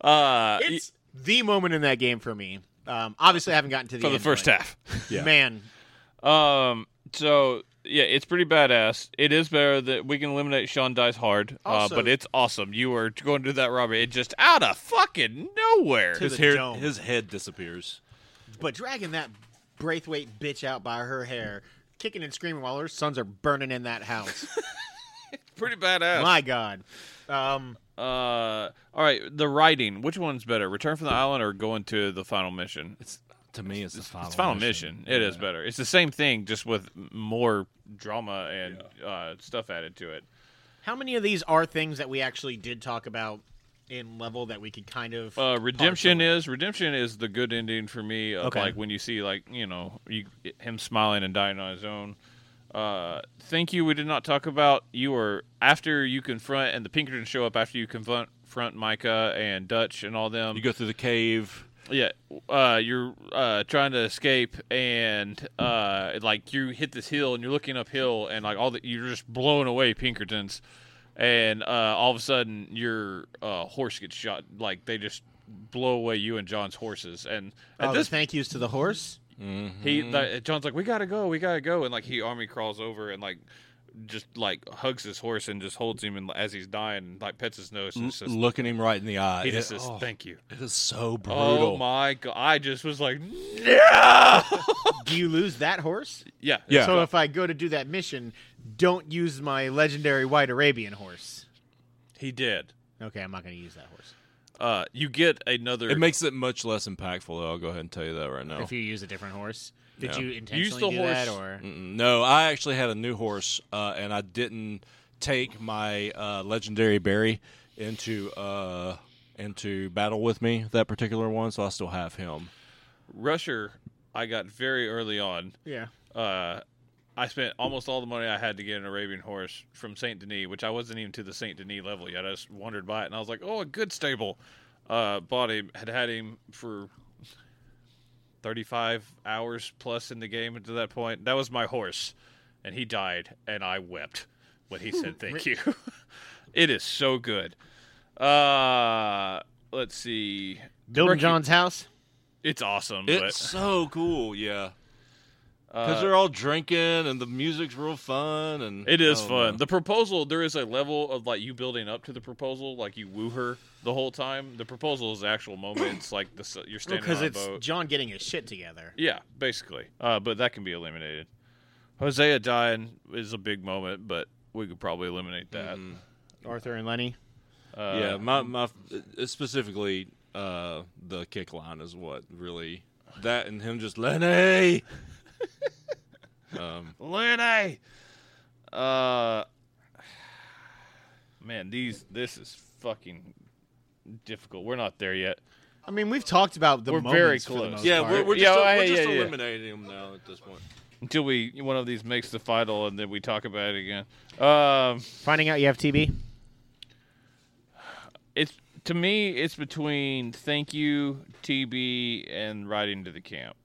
S5: Uh,
S1: It's the moment in that game for me. Um, obviously, I haven't gotten to the
S5: for the
S1: end
S5: first
S1: point.
S5: half.
S3: Yeah.
S1: Man,
S5: Um. So yeah, it's pretty badass. It is better that we can eliminate Sean dies hard.
S1: Also-
S5: uh, but it's awesome. You are going to do that robbery. It just out of fucking nowhere.
S1: To
S3: His
S1: the
S3: hair,
S1: dome.
S3: his head disappears.
S1: but dragging that Braithwaite bitch out by her hair, kicking and screaming while her sons are burning in that house.
S5: pretty badass.
S1: My God. Um,
S5: uh. All right. The writing. Which one's better? Return from the island or going to the final mission? It's
S3: To me, it's, the final,
S5: it's final mission. It is better. It's the same thing, just with m- more drama and uh, stuff added to it.
S1: How many of these are things that we actually did talk about in level that we could kind of
S5: Uh, redemption
S1: partially-
S5: is redemption is the good ending for me. Of
S1: Okay.
S5: Like when you see like you know you, him smiling and dying on his own. Uh, thank you. We did not talk about you were after you confront and the Pinkertons show up after you confront front Micah and Dutch and all them.
S3: You go through the cave.
S5: yeah, uh, you're uh, trying to escape and uh, like you hit this hill and you're looking uphill and like all the you're just blowing away Pinkertons, and uh, all of a sudden your uh, horse gets shot. Like they just blow away you and John's horses. And at
S1: Oh, the
S5: this
S1: thank yous to the horse.
S5: he like, John's like, we gotta go, we gotta go, and like he army crawls over and like just like hugs his horse and just holds him and as he's dying and like pets his nose and
S3: L-
S5: it's just,
S3: looking him right in the eye.
S5: he just
S3: It-
S5: says
S3: oh,
S5: thank you.
S3: it is so brutal.
S5: Oh my god! I just was like,
S1: Do you lose that horse?
S5: yeah,
S3: Yeah.
S1: So if I go to do that mission, don't use my legendary white Arabian horse.
S5: He did.
S1: Okay, I'm not going to use that horse.
S5: Uh, you get another.
S3: It makes it much less impactful, though. I'll go ahead and tell you that right now.
S1: If you use a different horse, did
S3: Yeah.
S1: you intentionally
S5: Oh. the
S1: do
S5: horse-
S1: that or?
S3: Mm, No, I actually had a new horse, uh, and I didn't take my uh, legendary berry into uh, into battle with me. That particular one, so I still have him.
S5: Rusher. I got very early on.
S1: Yeah.
S5: Uh, I spent almost all the money I had to get an Arabian horse from Saint Denis, which I wasn't even to the Saint Denis level yet. I just wandered by it, and I was like, "Oh, a good stable." Uh, bought him. Had had him for thirty-five hours plus in the game. To that point, that was my horse, and he died, and I wept when he said, "Thank you." it is so good. Uh, let's see.
S1: Building
S5: Rookie-
S1: John's house.
S5: It's awesome.
S3: It's so cool, yeah.
S5: but, uh,
S3: Because they're all drinking and the music's real fun and oh,
S5: It is
S3: I don't
S5: fun.
S3: know.
S5: The proposal, there is a level of like you building up to the proposal, like you woo her the whole time. The proposal is the actual moment. It's like the s- you're standing
S1: Because
S5: on a
S1: it's
S5: boat.
S1: John getting his shit together.
S5: yeah, basically. Uh, but that can be eliminated. Hosea dying is a big moment, but we could probably eliminate that.
S3: Mm-hmm.
S1: Arthur and Lenny.
S5: Uh,
S3: yeah, my my specifically uh, the kick line is what really that and him just Lenny. um,
S5: Lenny. Uh, man, these this is fucking difficult. We're not there yet.
S1: I mean, we've talked about the
S5: We're
S1: moments
S5: very
S1: for the
S5: close.
S1: most
S3: yeah,
S1: part.
S3: we're, we're just,
S5: Yeah,
S3: we're
S5: yeah,
S3: just
S5: yeah, yeah.
S3: eliminating him now at this point.
S5: until we one of these makes the final and then we talk about it again. Um,
S1: finding out you have TB.
S5: it's to me, it's between thank you, TB, and riding to the camp.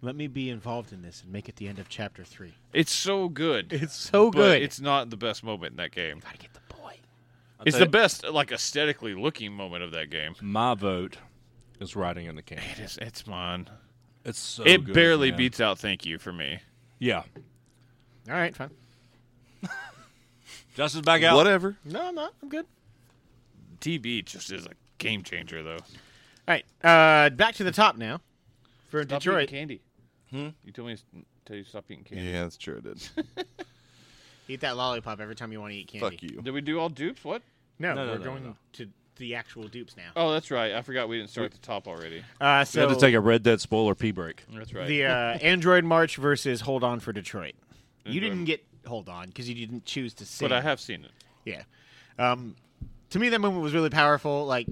S1: Let me be involved in this and make it the end of chapter three.
S5: It's so good.
S1: It's so
S5: but
S1: good.
S5: It's not the best moment in that game.
S1: gotta get the boy.
S5: It's the best, like aesthetically looking moment of that game.
S3: My vote is riding in the camp.
S5: It is. It's mine.
S3: It's so
S5: it
S3: good,
S5: barely
S3: man.
S5: beats out thank you for me.
S3: Yeah,
S1: All right, fine.
S3: Justin's back out.
S4: Whatever.
S1: No, I'm not. I'm good.
S5: TB just is a game changer though.
S1: All right, uh, back to the top now for
S5: Stop
S1: Detroit.
S5: eating candy.
S3: Hmm?
S5: You told me to s- tell you to stop eating candy.
S4: Yeah, that's true. I did.
S1: Eat that lollipop every time you want to eat candy.
S4: Fuck you.
S5: Did we do all dupes? What?
S1: No,
S3: No, no,
S1: we're
S3: no,
S1: going
S3: no.
S1: to the actual dupes now.
S5: Oh, that's right. I forgot we didn't start at the top already.
S1: Uh,
S3: We
S1: so
S3: had to take a Red Dead spoiler pee break.
S5: That's right.
S1: the uh, Android March versus Hold On for Detroit. You
S5: Android.
S1: didn't get Hold On because you didn't choose to sing.
S5: but I have seen it.
S1: Yeah. Um, to me, that moment was really powerful. Like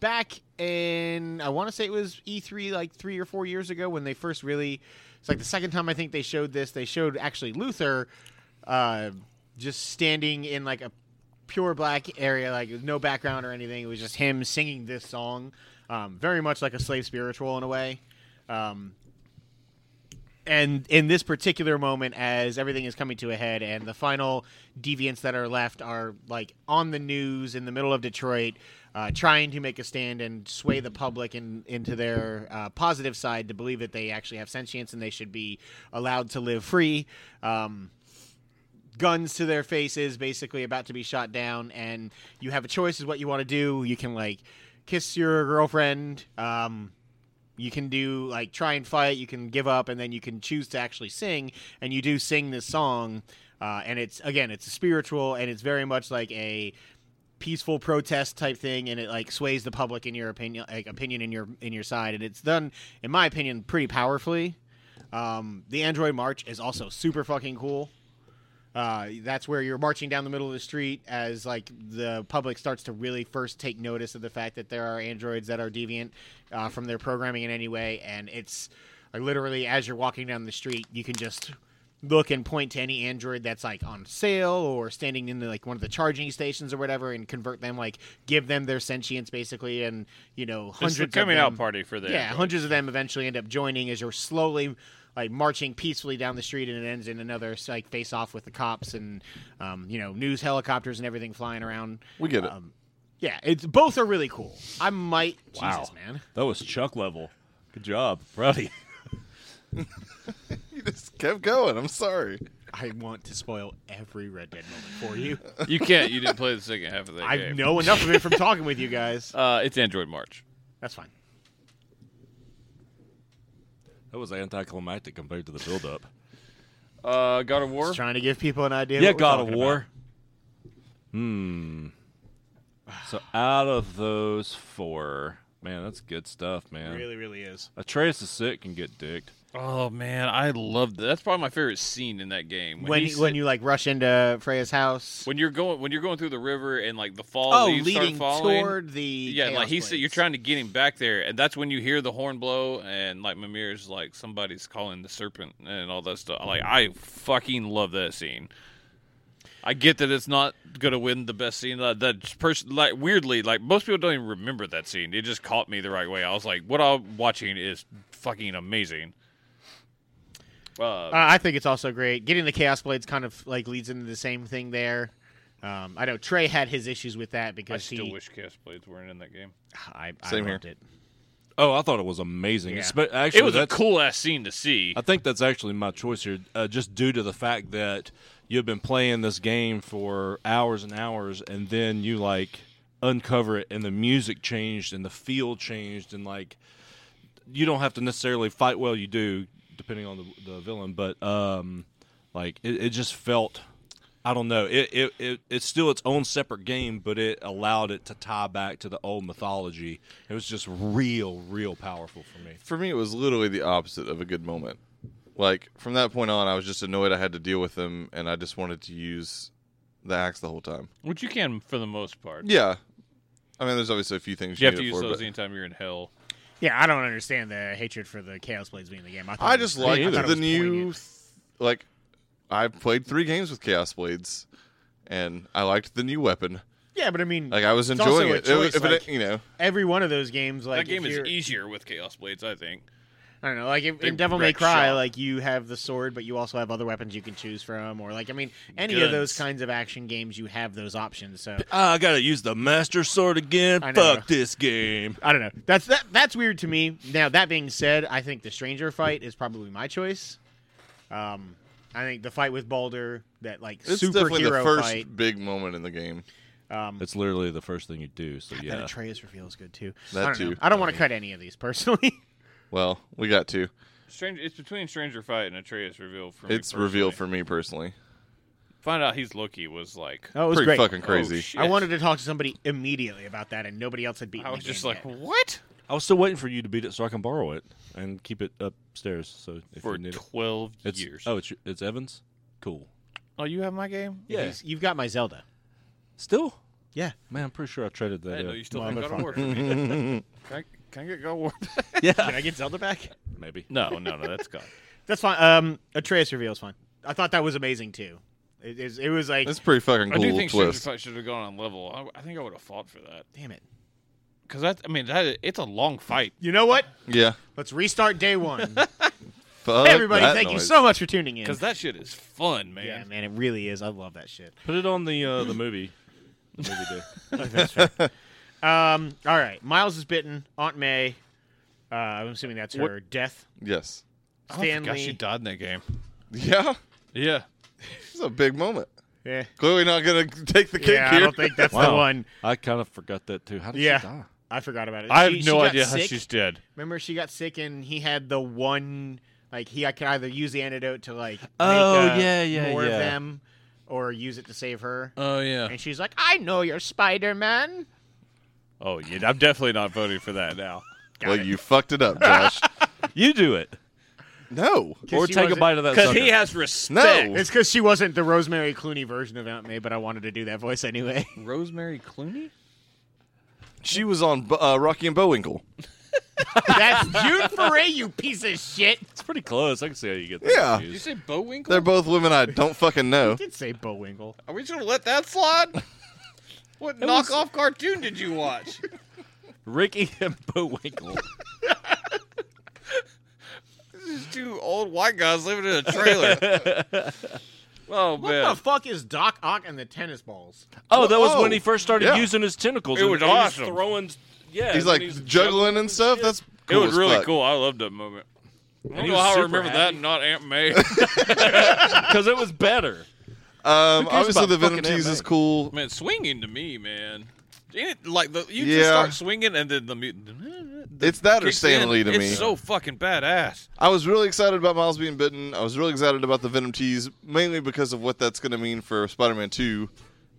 S1: back in, I want to say it was E3, like three or four years ago, when they first really. It's like the second time I think they showed this. They showed actually Luther, uh, just standing in like a pure black area, like with no background or anything. It was just him singing this song, um, very much like a slave spiritual in a way. Um, and in this particular moment as everything is coming to a head and the final deviants that are left are like on the news in the middle of detroit uh, trying to make a stand and sway the public in, into their uh, positive side to believe that they actually have sentience and they should be allowed to live free um, guns to their faces, basically about to be shot down, and you have a choice is what you want to do. You can like kiss your girlfriend. Um, you can do like try and fight. You can give up, and then you can choose to actually sing. And you do sing this song, uh, and it's again, it's spiritual, and it's very much like a peaceful protest type thing and it like sways the public in your opinion like opinion in your in your side and it's done in my opinion pretty powerfully um the android march is also super fucking cool uh, that's where you're marching down the middle of the street as like the public starts to really first take notice of the fact that there are androids that are deviant uh, from their programming in any way and it's like literally as you're walking down the street you can just look and point to any android that's like on sale or standing in the, like one of the charging stations or whatever and convert them like give them their sentience basically and you know
S5: It's
S1: hundreds
S5: the coming
S1: of them,
S5: out party for the
S1: yeah,
S5: Android.
S1: hundreds of them eventually end up joining as you're slowly like marching peacefully down the street, and it ends in another like face off with the cops and um, you know news helicopters and everything flying around.
S4: We get it.
S1: Um, yeah, it's both are really cool. I might Jesus man.
S3: that was Chuck level. Good job, Rowdy.
S4: you just kept going. I'm sorry.
S1: I want to spoil every Red Dead moment for you.
S5: You can't. You didn't play the second half of that
S1: I
S5: game.
S1: know enough of it from talking with you guys.
S5: Uh, it's Android March.
S1: That's fine.
S3: That was anticlimactic compared to the build-up.
S5: Uh, God of War.
S1: Just trying to give people an idea. of
S3: yeah,
S1: what we're
S3: God of
S1: talking
S3: War. Hmm. So out of those four, man, that's good stuff, man.
S1: about. Really, really is.
S3: Atreus the Sick can get dicked.
S5: Oh man, I loved that. That's probably my favorite scene in that game.
S1: When
S5: he's-
S1: you, when you like rush into Freya's house.
S5: when you're going when you're going through the river and like the fall
S1: oh,
S5: leaves
S1: leading
S5: start falling.
S1: toward the
S5: yeah, like
S1: Chaos
S5: he said, you're
S1: Blades.
S5: trying to get him back there, and that's when you hear the horn blow, and like Mimir's like somebody's calling the serpent and all that stuff. Like I fucking love that scene. I get that it's not gonna win the best scene. Like, that person, like weirdly, like most people don't even remember that scene. It just caught me the right way. I was like, what I'm watching is fucking amazing. Uh,
S1: Uh, I think it's also great. Getting the Chaos Blades kind of like leads into the same thing there. Um, I know Trey had his issues with that because
S5: I still
S1: he.
S5: wish cast blades weren't in that game.
S1: I, I
S4: Same here.
S1: loved it.
S3: Oh, I thought it was amazing.
S1: Yeah.
S3: Espe- actually,
S5: It was a
S3: that's- Uh,
S5: cool ass scene to see.
S3: I think that's actually my choice here, uh, just due to the fact that you've been playing this game for hours and hours, and then you like uncover it, and the music changed, and the feel changed, and like you don't have to necessarily fight well. You do, depending on the, the villain, but um, like it, it just felt. I don't know. It, it it it's still its own separate game, but it allowed it to tie back to the old mythology. It was just real, real powerful for me.
S4: for me, it was literally the opposite of a good moment. Like from that point on, I was just annoyed I had to deal with them, and I just wanted to use the axe the whole time.
S5: Which you can for the most part.
S4: Yeah, I mean, there's obviously a few things you,
S5: You have
S4: need it
S5: to use
S4: for,
S5: those
S4: but
S5: anytime you're in hell.
S1: Yeah, I don't understand the hatred for the Chaos Blades being in the game. I, thought
S4: I
S1: it was
S4: just
S1: great.
S4: liked
S1: thought it
S4: the
S1: was
S4: new,
S1: poignant.
S4: like, I played three games with Chaos Blades, and I liked the new weapon.
S1: Yeah, but I mean,
S4: Like I was
S1: It's also
S4: enjoying
S1: a
S4: it. It was-
S1: choice,
S4: if it-
S1: like-
S4: you know,
S1: every one of those games, like
S5: that game
S1: if
S5: is
S1: you're-
S5: easier with Chaos Blades, I think.
S1: I don't know, like if, in
S5: Big
S1: Devil May
S5: wreck
S1: Cry,
S5: shop.
S1: like you have the sword, but you also have other weapons you can choose from, or like I mean, any of those
S5: Guns.
S1: kinds of action games, you have those options. So
S3: I gotta use the master sword again.
S1: I know.
S3: Fuck this game.
S1: I don't know. That's that. That's weird to me. Now that being said, I think the Stranger fight is probably my choice. Um, I think the fight with Balder, that like
S4: it's definitely the
S1: superhero
S4: first
S1: fight,
S4: big moment in the game.
S1: um,
S3: It's literally the first thing you do. So
S1: that
S3: yeah,
S1: Atreus reveal is good too.
S4: That
S1: I don't know.
S4: too.
S1: I don't want to cut any of these personally.
S4: Well, we got two.
S5: Strange, it's between Stranger Fight and Atreus reveal. For me
S4: It's revealed
S5: personally.
S4: for me personally.
S5: Find out he's Loki was like.
S1: oh, it was
S4: Pretty
S1: great.
S4: fucking crazy.
S5: Oh, shit.
S1: I wanted to talk to somebody immediately about that, and nobody else had beaten.
S5: I
S1: the
S5: was just
S1: game
S5: like,
S1: yet.
S5: what?
S3: I was still waiting for you to beat it so I can borrow it and keep it upstairs. So if
S5: For
S3: you need it,
S5: twelve
S3: it's
S5: years.
S3: oh, it's it's Evans. Cool.
S5: Oh, you have my game?
S3: Yeah.
S1: He's- "You've got my Zelda."
S3: still,
S1: Yeah.
S3: man, I'm pretty sure I traded
S5: I
S3: that.
S5: didn't know
S3: in.
S5: you still had God of War.
S6: Can I, can I get go war?
S1: Can I get Zelda back?
S3: Maybe.
S5: No, no, no, that's gone.
S1: That's fine. Um, Atreus reveal is fine. I thought that was amazing too. It, it, it was like,
S4: It's pretty fucking
S5: I
S4: cool
S5: do think Stranger
S4: twist.
S5: Fight should have gone on level. I, I think I would have fought for that
S1: damn it.
S5: because that. I mean, that it's a long fight.
S1: You know what?
S4: Yeah.
S1: Let's restart day one.
S4: Fuck
S1: Hey, everybody,
S4: that
S1: thank you
S4: noise.
S1: so much for tuning in.
S5: Because that shit is fun, man.
S1: yeah, man, it really is. I love that shit.
S3: Put it on the uh, the movie. The movie day.
S1: Um, all right, Miles is bitten. Aunt May. Uh, I'm assuming that's her death.
S4: Yes.
S1: Stanley.
S5: Gosh, she died in that game.
S4: Yeah.
S5: Yeah.
S4: It's a big moment.
S1: yeah,
S4: Clearly not gonna take the cake
S1: yeah I
S4: here.
S1: don't think that's the one.
S3: I kind of forgot that too. How did
S1: Yeah.
S3: she die?
S1: I forgot about it.
S5: I have
S1: She- she
S5: no
S1: got
S5: idea how
S1: sick.
S5: she's dead.
S1: Remember, she got sick, and he had the one like he I could either use the antidote to like
S3: Oh,
S1: make, uh,
S3: yeah, yeah,
S1: more
S3: yeah.
S1: of them, or use it to save her.
S5: Oh yeah.
S1: And she's like, "I know you're Spider Man."
S5: Oh yeah. I'm definitely not voting for that now.
S4: well, you fucked it up, Josh.
S3: You do it,
S4: no.
S3: or take a bite of that.
S5: Because
S3: sucker.
S5: he has respect.
S4: No.
S1: It's because she wasn't the Rosemary Clooney version of Aunt May, but I wanted to do that voice anyway.
S5: Rosemary Clooney.
S4: She was on Bu- uh, Rocky and Bullwinkle.
S1: That's June Foray, you piece of shit.
S3: It's pretty close. I can see how you get that.
S4: Yeah.
S5: Did you
S3: confused.
S5: say Bowwinkle?
S4: They're both women I don't fucking know.
S1: Did say Bullwinkle.
S5: Are we just gonna let that slide? what
S3: was-
S5: knockoff cartoon did you watch?
S3: Ricky and Bullwinkle.
S5: These two old white guys living in a trailer. oh
S1: What
S5: man.
S1: the fuck is Doc Ock and the tennis balls?
S3: Oh, that was
S4: Oh,
S3: when he first started
S4: yeah.
S3: using his tentacles.
S5: It
S3: and
S5: was
S3: he
S5: awesome.
S3: throwing, yeah,
S4: He's
S3: and
S4: like
S3: he was
S4: juggling, and stuff. That's
S5: it
S4: cool
S5: was
S4: as
S5: really
S4: fuck.
S5: cool. I loved that moment. I don't
S3: he
S5: know
S3: was
S5: how I
S3: super
S5: remember that
S3: happy.
S5: and not Aunt May.
S3: because it was better.
S4: Um,
S3: Who cares
S4: obviously,
S3: about
S4: the Venom
S3: fucking
S4: cheese
S3: anime?
S4: is cool.
S5: man, swinging to me, man. Ain't it like the, you
S4: Yeah.
S5: just start swinging and then the mutant.
S4: It's that or
S5: kicks
S4: Stan
S5: in.
S4: Lee to
S5: it's
S4: me.
S5: so fucking badass.
S4: I was really excited about Miles being bitten. I was really excited about the Venom cheese, mainly because of what that's going to mean for Spider-Man Two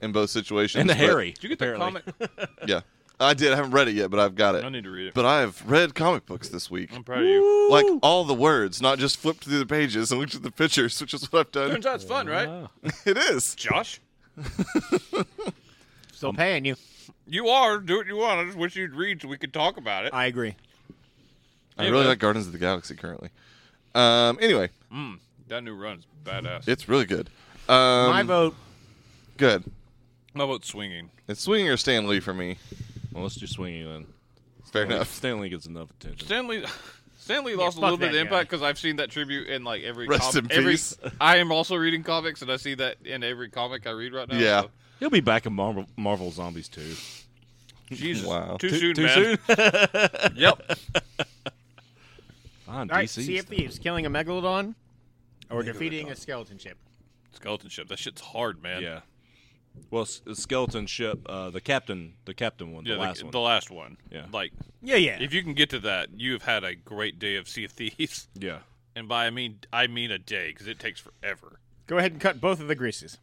S4: in both situations.
S3: And the
S4: but-
S3: Harry.
S5: Did you get the
S3: apparently.
S5: comic?
S4: Yeah, I did. I haven't read it yet, but I've got
S5: I
S4: it.
S5: need to read it.
S4: But I have read comic books this week,
S5: I'm proud of you.
S4: like all the words, not just flipped through the pages and looked at the pictures, which is what I've done.
S5: Turns out it's fun, right?
S3: Wow.
S4: It is.
S5: Josh,
S1: Still paying you.
S5: you are do what you want. I just wish you'd read so we could talk about it.
S1: I agree.
S4: I
S5: Yeah,
S4: really
S5: man.
S4: like Guardians of the Galaxy currently. Um, anyway,
S5: that new run's badass.
S4: it's really good. Um,
S1: My vote.
S4: Good.
S5: My vote's swinging.
S4: It's swinging or Stan Lee for me.
S3: Well, let's do swinging then.
S4: Fair
S3: Stanley,
S4: enough.
S3: Stanley gets enough attention.
S5: Stanley, Stanley lost a
S1: fuck
S5: little bit of
S1: that
S5: impact because I've seen that tribute in like every.
S4: Rest
S5: com-
S4: in
S5: every-
S4: peace.
S5: I am also reading comics, and I see that in every comic I read right now.
S4: Yeah.
S5: so
S3: He'll be back in Marvel, Marvel Zombies too.
S5: Jesus.
S4: Wow.
S5: Too,
S3: Too-
S5: soon,
S3: too
S5: man.
S3: soon?
S5: yep.
S3: Fine,
S1: All right,
S3: DC
S1: Sea of
S3: stuff.
S1: Thieves, killing a megalodon or defeating a skeleton ship.
S5: Skeleton ship. That shit's hard, man.
S3: Yeah. Well, s- the skeleton ship, uh, the captain, the captain one,
S5: Yeah,
S3: the last one.
S5: The last one.
S3: Yeah.
S5: Like,
S1: Yeah, yeah.
S5: if you can get to that, you've had a great day of Sea of Thieves.
S3: yeah.
S5: And by I mean, I mean a day, because it takes forever.
S1: Go ahead and cut both of the greases.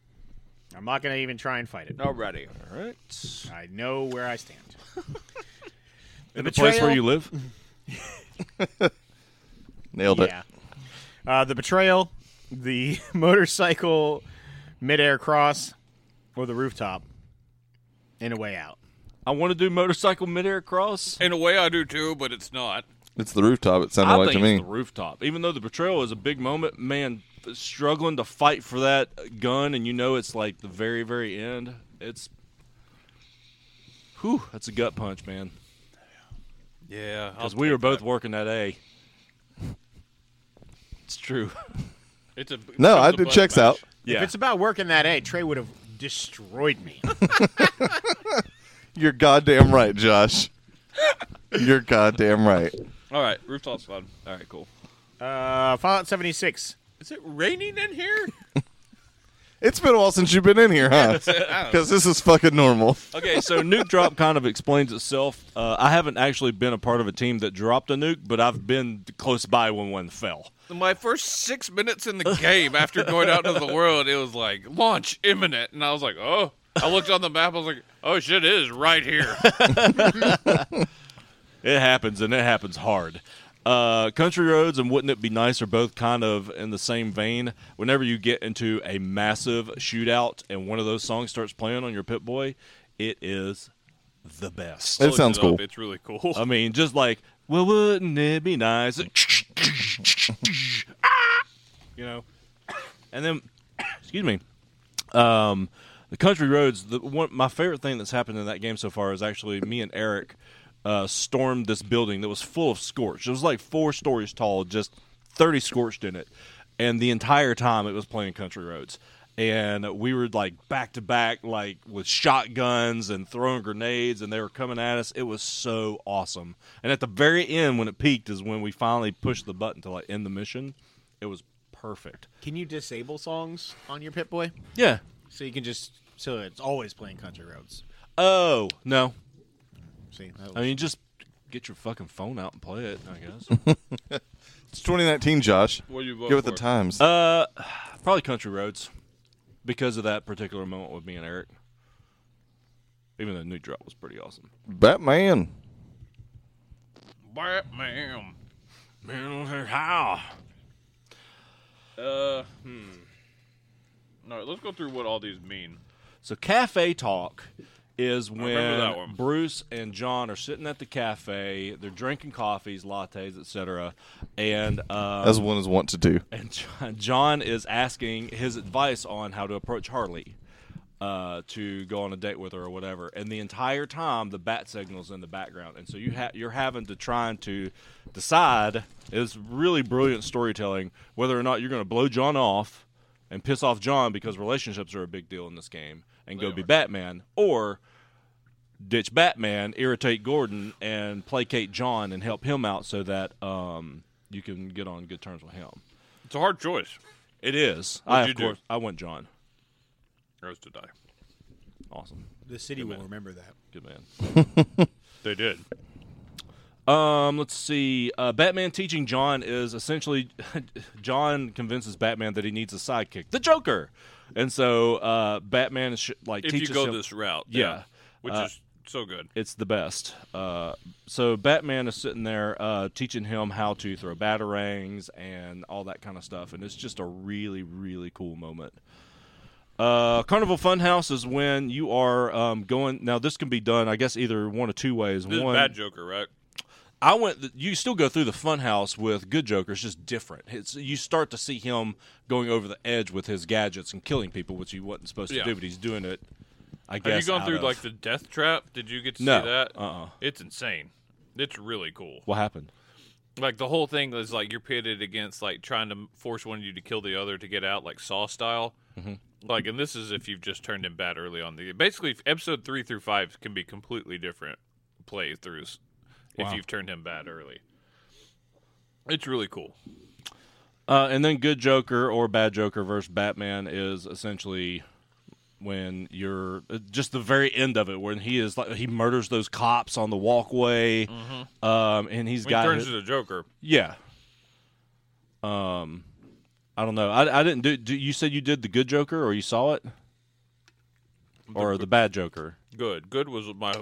S1: I'm not going to even try and fight it.
S5: Already.
S3: All right.
S1: I know where I stand.
S3: In the place where
S1: betrayal-
S3: you live.
S4: Nailed it.
S1: Yeah. Uh, the betrayal, the motorcycle midair cross, or the rooftop, and a way out.
S3: I want to do motorcycle midair cross.
S5: In a way, I do too, but it's not.
S4: It's the rooftop. It sounded
S3: I
S4: like
S3: think
S4: to
S3: it's
S4: me.
S3: the rooftop. Even though the betrayal is a big moment, man, struggling to fight for that gun, and you know it's like the very, very end. It's, whew, that's a gut punch, man.
S5: Yeah. I'll
S3: Because we
S5: take
S3: were both
S5: that.
S3: working that A. It's true.
S5: It's a,
S4: No, I
S5: it's a
S4: did
S5: buzz
S4: checks
S5: match.
S4: out.
S1: If it's about working that A, Trey would have destroyed me.
S4: You're goddamn right, Josh. You're goddamn right.
S5: All right, rooftop's fun. All right, cool.
S1: uh, Fallout 76.
S5: Is it raining in here?
S4: It's been a while since you've been in here, huh? Because this is fucking normal.
S3: Okay, so nuke drop kind of explains itself. Uh, I haven't actually been a part of a team that dropped a nuke, but I've been close by when one fell.
S5: My first six minutes in the game after going out into the world, it was like launch imminent, and I was like, oh. I looked on the map. I was like, oh shit, it is right here.
S3: It happens, and it happens hard. Uh, country roads and wouldn't it be nice are both kind of in the same vein. Whenever you get into a massive shootout and one of those songs starts playing on your pit boy, it is the best.
S4: It sounds
S5: Looked
S4: cool.
S5: up, It's really cool.
S3: I mean, just like, well, wouldn't it be nice? you know, and then, excuse me, um, the country roads. The one, my favorite thing that's happened in that game so far is actually me and Eric uh, stormed this building that was full of scorched. It was like four stories tall, just thirty scorched in it, and the entire time it was playing country roads. And we were like back to back, like with shotguns and throwing grenades, and they were coming at us. It was so awesome. And at the very end, when it peaked, is when we finally pushed the button to like end the mission. It was perfect.
S1: Can you disable songs on your Pit Boy?
S3: Yeah.
S1: So you can just. So it's always playing Country Roads.
S3: Oh no.
S1: See?
S3: I mean, just get your fucking phone out and play it. I guess.
S4: It's 2019, Josh.
S5: What do you vote
S4: Go with the
S5: for?
S4: times.
S3: uh, probably Country Roads, because of that particular moment with me and Eric. Even though New Drop was pretty awesome.
S4: Batman.
S5: Batman.
S3: How?
S5: Uh, hmm. All right, let's go through what all these mean.
S3: So cafe talk is
S5: remember that
S3: when
S5: one.
S3: Bruce and John are sitting at the cafe. They're drinking coffees, lattes, etc. And um,
S4: As one is wont to do.
S3: and John, John is asking his advice on how to approach Harley uh, to go on a date with her or whatever. And the entire time, the bat signal's in the background, and so you ha- you're having to trying to decide. It's really brilliant storytelling whether or not you're going to blow John off and piss off John because relationships are a big deal in this game, and go be Batman, or ditch Batman, irritate Gordon, and placate John and help him out so that um, you can get on good terms with him.
S5: It's a hard choice.
S3: It is.
S5: What'd
S3: I of
S5: you do?
S3: course I went John.
S5: Rose to die.
S3: Awesome.
S1: the city will remember that.
S3: Good man.
S5: They did.
S3: Um, let's see. Uh, Batman teaching John is essentially John convinces Batman that he needs a sidekick, the Joker, and so uh, Batman is sh- like
S5: If
S3: teaches
S5: you go
S3: him-
S5: this route,
S3: Yeah.
S5: which
S3: Uh,
S5: is so good.
S3: It's the best. Uh, so Batman is sitting there uh, teaching him how to throw batarangs and all that kind of stuff, and it's just a really, really cool moment. Uh, Carnival Funhouse is when you are um, going. Now this can be done, I guess, either one of two ways.
S5: This is
S3: one,
S5: bad Joker, right?
S3: I went. th- You still go through the Funhouse with Good Joker. It's just different. It's you start to see him going over the edge with his gadgets and killing people, which he wasn't supposed to
S5: Yeah.
S3: do, but he's doing it. I guess.
S5: Have you gone
S3: out
S5: through
S3: of-
S5: like the death trap? Did you get to
S3: No.
S5: see that?
S3: Uh-uh.
S5: It's insane. It's really cool.
S3: what happened?
S5: Like the whole thing is like you're pitted against like trying to force one of you to kill the other to get out, like Saw style.
S3: Mm-hmm.
S5: Like, and this is if you've just turned in bad early on. The basically if episode three through five can be completely different playthroughs
S3: Wow.
S5: if you've turned him bad early. It's really cool.
S3: Uh, and then good Joker or bad Joker versus Batman is essentially when you're uh, just the very end of it when he is like he murders those cops on the walkway um and
S5: Mm-hmm.
S3: he's
S5: When
S3: got
S5: he turns
S3: his-
S5: into Joker.
S3: yeah um i don't know i, I didn't do, do you said you did the good joker or you saw it or the bad joker
S5: Good. Good was my.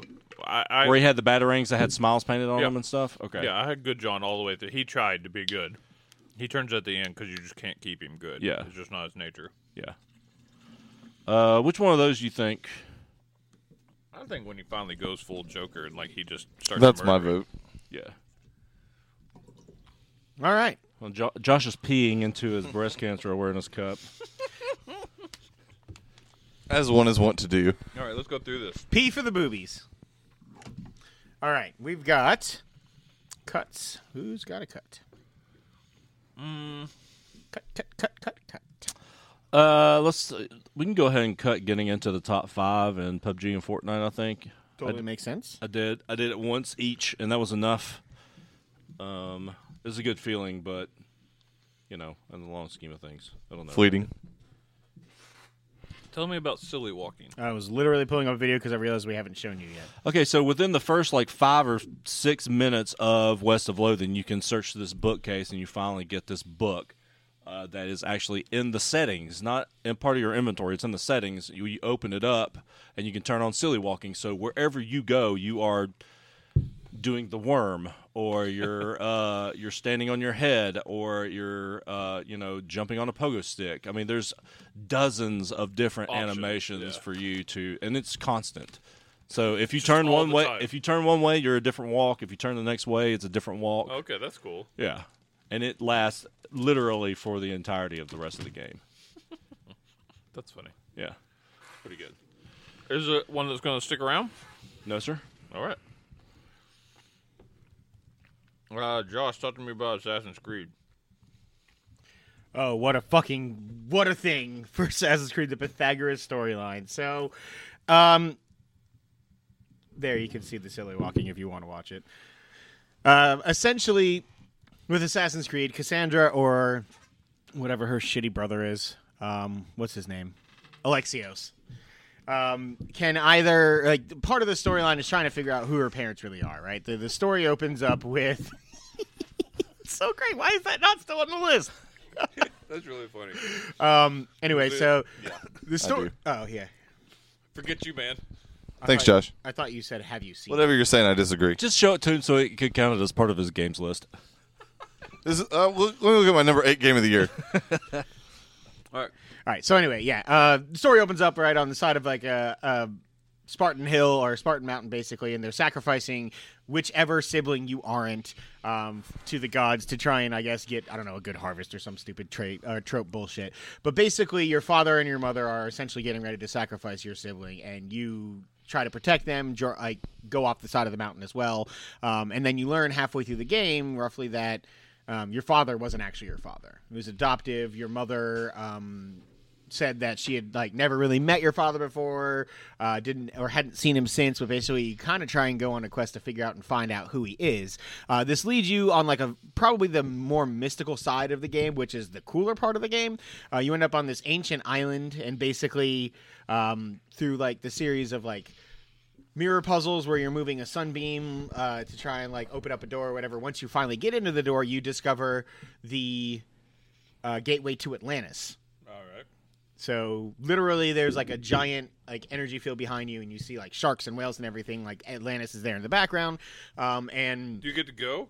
S5: I, I
S3: where he had the batarangs that had smiles painted on
S5: Yeah.
S3: them and stuff okay
S5: yeah, I had good John all the way through. He tried to be good. He turns at the end because you just can't keep him good.
S3: Yeah.
S5: it's just not his nature.
S3: yeah uh which one of those you think
S5: I think when he finally goes full Joker and like he just starts.
S4: That's my
S5: murdering-
S4: vote.
S3: yeah
S1: All right.
S3: Well, jo- Josh is peeing into his breast cancer awareness cup.
S4: As one is wont to do.
S5: All right, let's go through this.
S1: P for the boobies. All right, we've got cuts. Who's got a cut? Cut, cut, cut, cut, cut.
S3: Uh, let's uh, we can go ahead and cut getting into the top five in PUBG and Fortnite. I think
S1: Totally makes sense.
S3: I did. I did it once each, and that was enough. Um, it was a good feeling, but you know, in the long scheme of things, I don't know.
S4: Fleeting.
S5: Tell me about silly walking.
S1: I was literally pulling up a video because I realized we haven't shown you yet.
S3: Okay, so within the first like five or six minutes of West of Loathing, you can search this bookcase and you finally get this book uh, that is actually in the settings, not in part of your inventory. It's in the settings. You, you open it up and you can turn on silly walking. So wherever you go, you are doing the worm, or you're uh, you're standing on your head, or you're uh, you know jumping on a pogo stick. I mean, there's dozens of different
S5: Options,
S3: animations
S5: yeah.
S3: for you to, and it's constant. So if you turn
S5: all
S3: one
S5: the
S3: way,
S5: time.
S3: if you turn one way, you're a different walk. If you turn the next way, it's a different walk.
S5: Okay, that's cool.
S3: Yeah, and it lasts literally for the entirety of the rest of the game.
S5: That's funny.
S3: Yeah.
S5: Pretty good. Is it one that's going to stick around?
S3: No, sir.
S5: All right. Uh, Josh, talk to me about Assassin's Creed.
S1: Oh, what a fucking what a thing for Assassin's Creed the Pythagoras storyline. So, um, there you can see the silly walking if you want to watch it. Uh, essentially, with Assassin's Creed, Cassandra or whatever her shitty brother is, um, what's his name, Alexios, um, can either like part of the storyline is trying to figure out who her parents really are. Right. The the story opens up with. It's so great. Why is that not still on the list?
S5: That's really funny.
S1: Um. Anyway,
S5: Is it-
S1: so the story.
S4: do.
S1: Oh yeah.
S5: Forget you, man.
S1: I
S4: Thanks,
S1: thought-
S4: Josh.
S1: I thought you said, "Have you seen?"
S4: Whatever you're saying, I disagree.
S3: Just show it to him so it could count it as part of his games list.
S4: This is, uh, look- let me look at my number eight game of the year.
S5: All right.
S1: All right. So anyway, yeah. Uh, the story opens up right on the side of like a, a Spartan hill or Spartan mountain, basically, and they're sacrificing whichever sibling you aren't um, to the gods to try and, I guess, get I don't know a good harvest or some stupid trait uh, trope bullshit. But basically, your father and your mother are essentially getting ready to sacrifice your sibling, and you try to protect them. jo- Like go off the side of the mountain as well, um, and then you learn halfway through the game, roughly that. Um, your father wasn't actually your father. He was adoptive. Your mother um, said that she had like never really met your father before, uh, didn't or hadn't seen him since. But basically, you kind of try and go on a quest to figure out and find out who he is. Uh, this leads you on like a probably the more mystical side of the game, which is the cooler part of the game. Uh, you end up on this ancient island, and basically um, through like the series of like mirror puzzles where you're moving a sunbeam uh, to try and like open up a door or whatever. Once you finally get into the door, you discover the uh, gateway to Atlantis.
S5: All right.
S1: So literally, there's like a giant like energy field behind you, and you see like sharks and whales and everything. Like Atlantis is there in the background, um, and
S5: Do you get to go?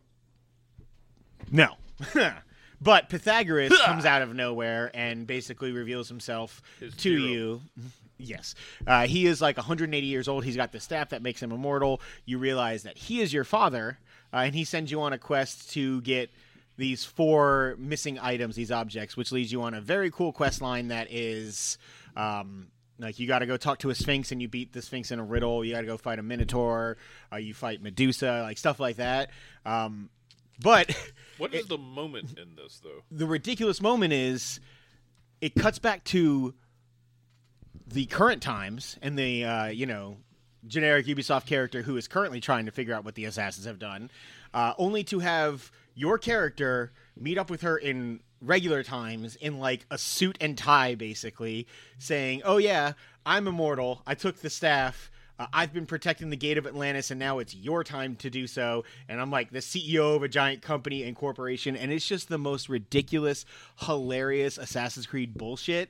S1: no, but Pythagoras comes out of nowhere and basically reveals himself
S5: His
S1: to
S5: hero.
S1: you. Yes, uh, he is like 180 years old. He's got the staff that makes him immortal. You realize that he is your father, uh, and he sends you on a quest to get these four missing items, these objects, which leads you on a very cool quest line that is. Um, like you got to go talk to a sphinx and you beat the sphinx in a riddle. You got to go fight a minotaur. Uh, you fight Medusa, like stuff like that. Um, but
S5: What is the moment in this though?
S1: the ridiculous moment is it cuts back to the current times and the uh, you know generic Ubisoft character who is currently trying to figure out what the assassins have done, uh, only to have your character meet up with her in regular times in like a suit and tie, basically saying, "Oh yeah, I'm immortal. I took the staff." Uh, I've been protecting the gate of Atlantis, and now it's your time to do so. And I'm like the CEO of a giant company and corporation, and it's just the most ridiculous, hilarious Assassin's Creed bullshit.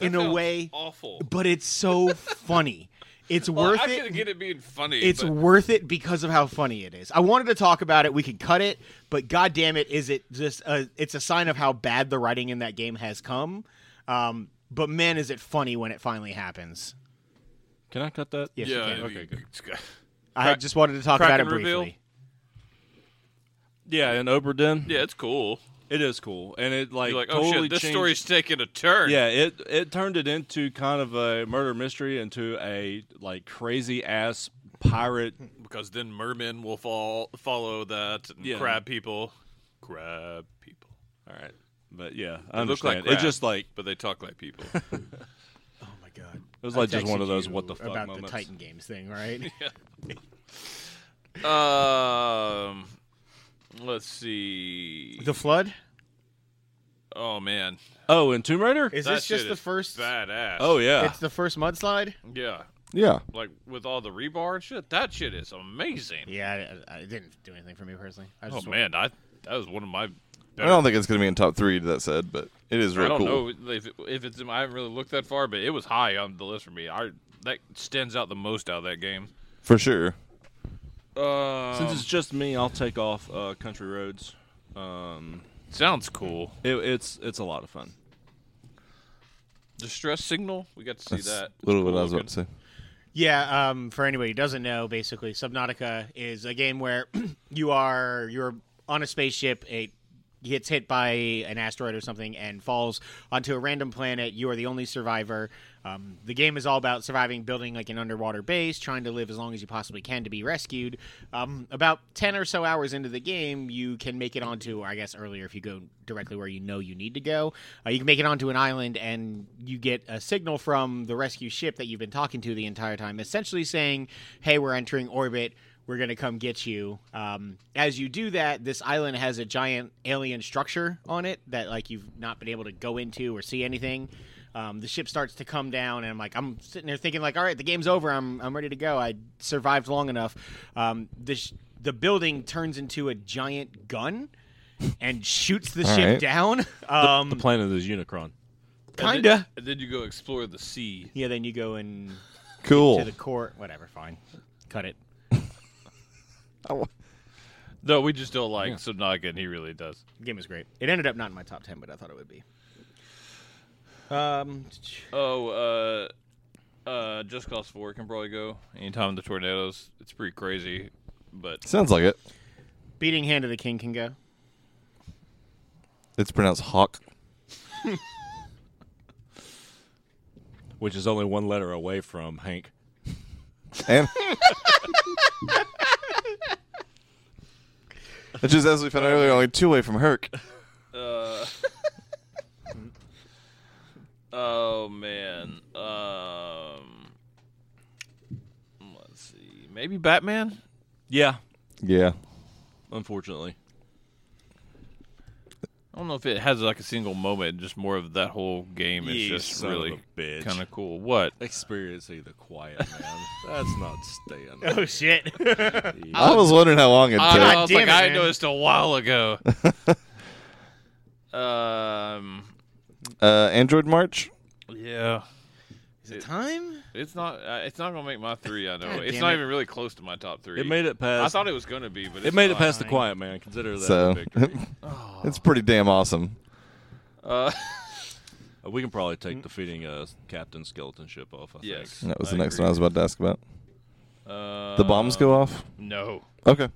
S1: in a
S5: Sounds
S1: way,
S5: awful.
S1: but it's so funny. It's
S5: Well,
S1: worth
S5: I
S1: it.
S5: can get it being funny.
S1: it's
S5: but
S1: worth it because of how funny it is. I wanted to talk about it. We could cut it, but god damn it, is it just a, it's a sign of how bad the writing in that game has come. Um, but man, is it funny when it finally happens.
S3: Can I cut that?
S1: Yes, you
S5: yeah,
S1: can.
S5: okay, good.
S1: I just wanted to talk
S5: crack
S1: about it
S5: and reveal?
S1: briefly.
S3: Yeah, in Oberdin,
S5: yeah, it's cool.
S3: it is cool, and it like,
S5: You're like, oh
S3: totally
S5: shit, this
S3: changed-
S5: story's taking a turn.
S3: Yeah, it it turned it into kind of a murder mystery into a like crazy ass pirate.
S5: because then mermen will fall follow that and
S3: Yeah.
S5: crab people, crab people.
S3: All right, but yeah,
S5: They
S3: I
S5: look like
S3: understand.
S5: crab,
S3: it just like
S5: but they talk like people.
S1: Oh my god.
S3: it was like just one of those what the fuck
S1: about
S3: moments.
S1: the Titan Games thing, right?
S5: um, let's see.
S1: the flood?
S5: Oh man,
S3: Oh, and Tomb Raider.
S1: Is
S5: That
S1: this just
S5: shit
S1: the
S5: is
S1: first
S5: badass.
S3: oh yeah,
S1: It's the first mudslide?
S5: yeah,
S4: Yeah.
S5: like with all the rebar and shit. That shit is amazing.
S1: Yeah, I, I it didn't do anything for me personally. I
S5: Oh
S1: just
S5: man, I that was one of my.
S4: I don't think it's going to be in top three, that said, but it is real
S5: I don't
S4: cool.
S5: know if, it, if it's. I haven't really looked that far, but it was high on the list for me. I that stands out the most out of that game.
S4: For sure.
S5: Um,
S3: since it's just me, I'll take off uh, Country Roads. Um,
S5: sounds cool.
S3: it, it's it's a lot of fun.
S5: Distress signal. We got to see
S4: That's
S5: that.
S4: a little bit I was about to say.
S1: Yeah, um, for anybody who doesn't know, basically, Subnautica is a game where you are you're on a spaceship. It gets hit by an asteroid or something and falls onto a random planet. You are the only survivor. Um, the game is all about surviving, building like an underwater base, trying to live as long as you possibly can to be rescued. Um, about ten or so hours into the game, you can make it onto, I guess, earlier if you go directly where you know you need to go. Uh, you can make it onto an island, and you get a signal from the rescue ship that you've been talking to the entire time, essentially saying, "Hey, we're entering orbit. We're gonna come get you." Um, as you do that, this island has a giant alien structure on it that, like, you've not been able to go into or see anything. Um, the ship starts to come down, and I'm like, I'm sitting there thinking, like, all right, the game's over. I'm, I'm ready to go. I survived long enough. Um, the sh- the building turns into a giant gun and shoots the
S4: All
S1: ship
S4: right.
S1: down. Um,
S3: The planet is Unicron.
S5: And
S1: Kinda.
S5: then- And then you go explore the sea.
S1: Yeah, then you go in
S4: Cool.
S1: to the court. Whatever, fine. Cut it.
S4: I wa-
S5: No, we just don't like Subnautica, and he really does.
S1: The game is great. It ended up not in my top ten, but I thought it would be. Um,
S5: Oh, uh, uh, Just Cause Four can probably go anytime the tornadoes. It's pretty crazy, but
S4: Sounds like it.
S1: beating hand of the king can go.
S4: It's pronounced Hawk.
S3: which is only one letter away from Hank.
S4: And. It's just as we found out earlier, only two away from Herc.
S5: uh, oh man, um, let's see, maybe Batman.
S3: Yeah,
S4: Yeah.
S3: unfortunately.
S5: I don't know if it has like a single moment, just more of that whole game is just really
S3: bitch.
S5: kind of cool. What?
S3: experiencing the quiet man. That's not staying.
S1: Oh shit!
S4: I was wondering how long it
S5: Uh, I,
S4: took.
S5: I was
S1: damn
S5: like,
S1: it,
S5: I
S1: man.
S5: noticed a while ago. um,
S4: Uh, Android March?
S5: yeah,
S1: Is it time?
S5: it's not. Uh, it's not gonna make my three. I know.
S1: God
S5: it's
S1: damn
S5: not
S1: it.
S5: even really close to my top three.
S3: It made it
S5: I
S3: past.
S5: thought it was gonna be, but
S3: it
S5: it's
S3: made it
S5: not.
S3: past the quiet man. Consider that a
S4: So.
S3: victory.
S4: It's pretty damn awesome.
S5: Uh,
S3: Uh, we can probably take defeating uh, Captain Skeleton ship off. I
S5: yes,
S4: That was
S5: I
S4: the next
S5: agree.
S4: one I was about to ask about.
S5: Uh,
S4: The bombs go off?
S5: No,
S4: Okay.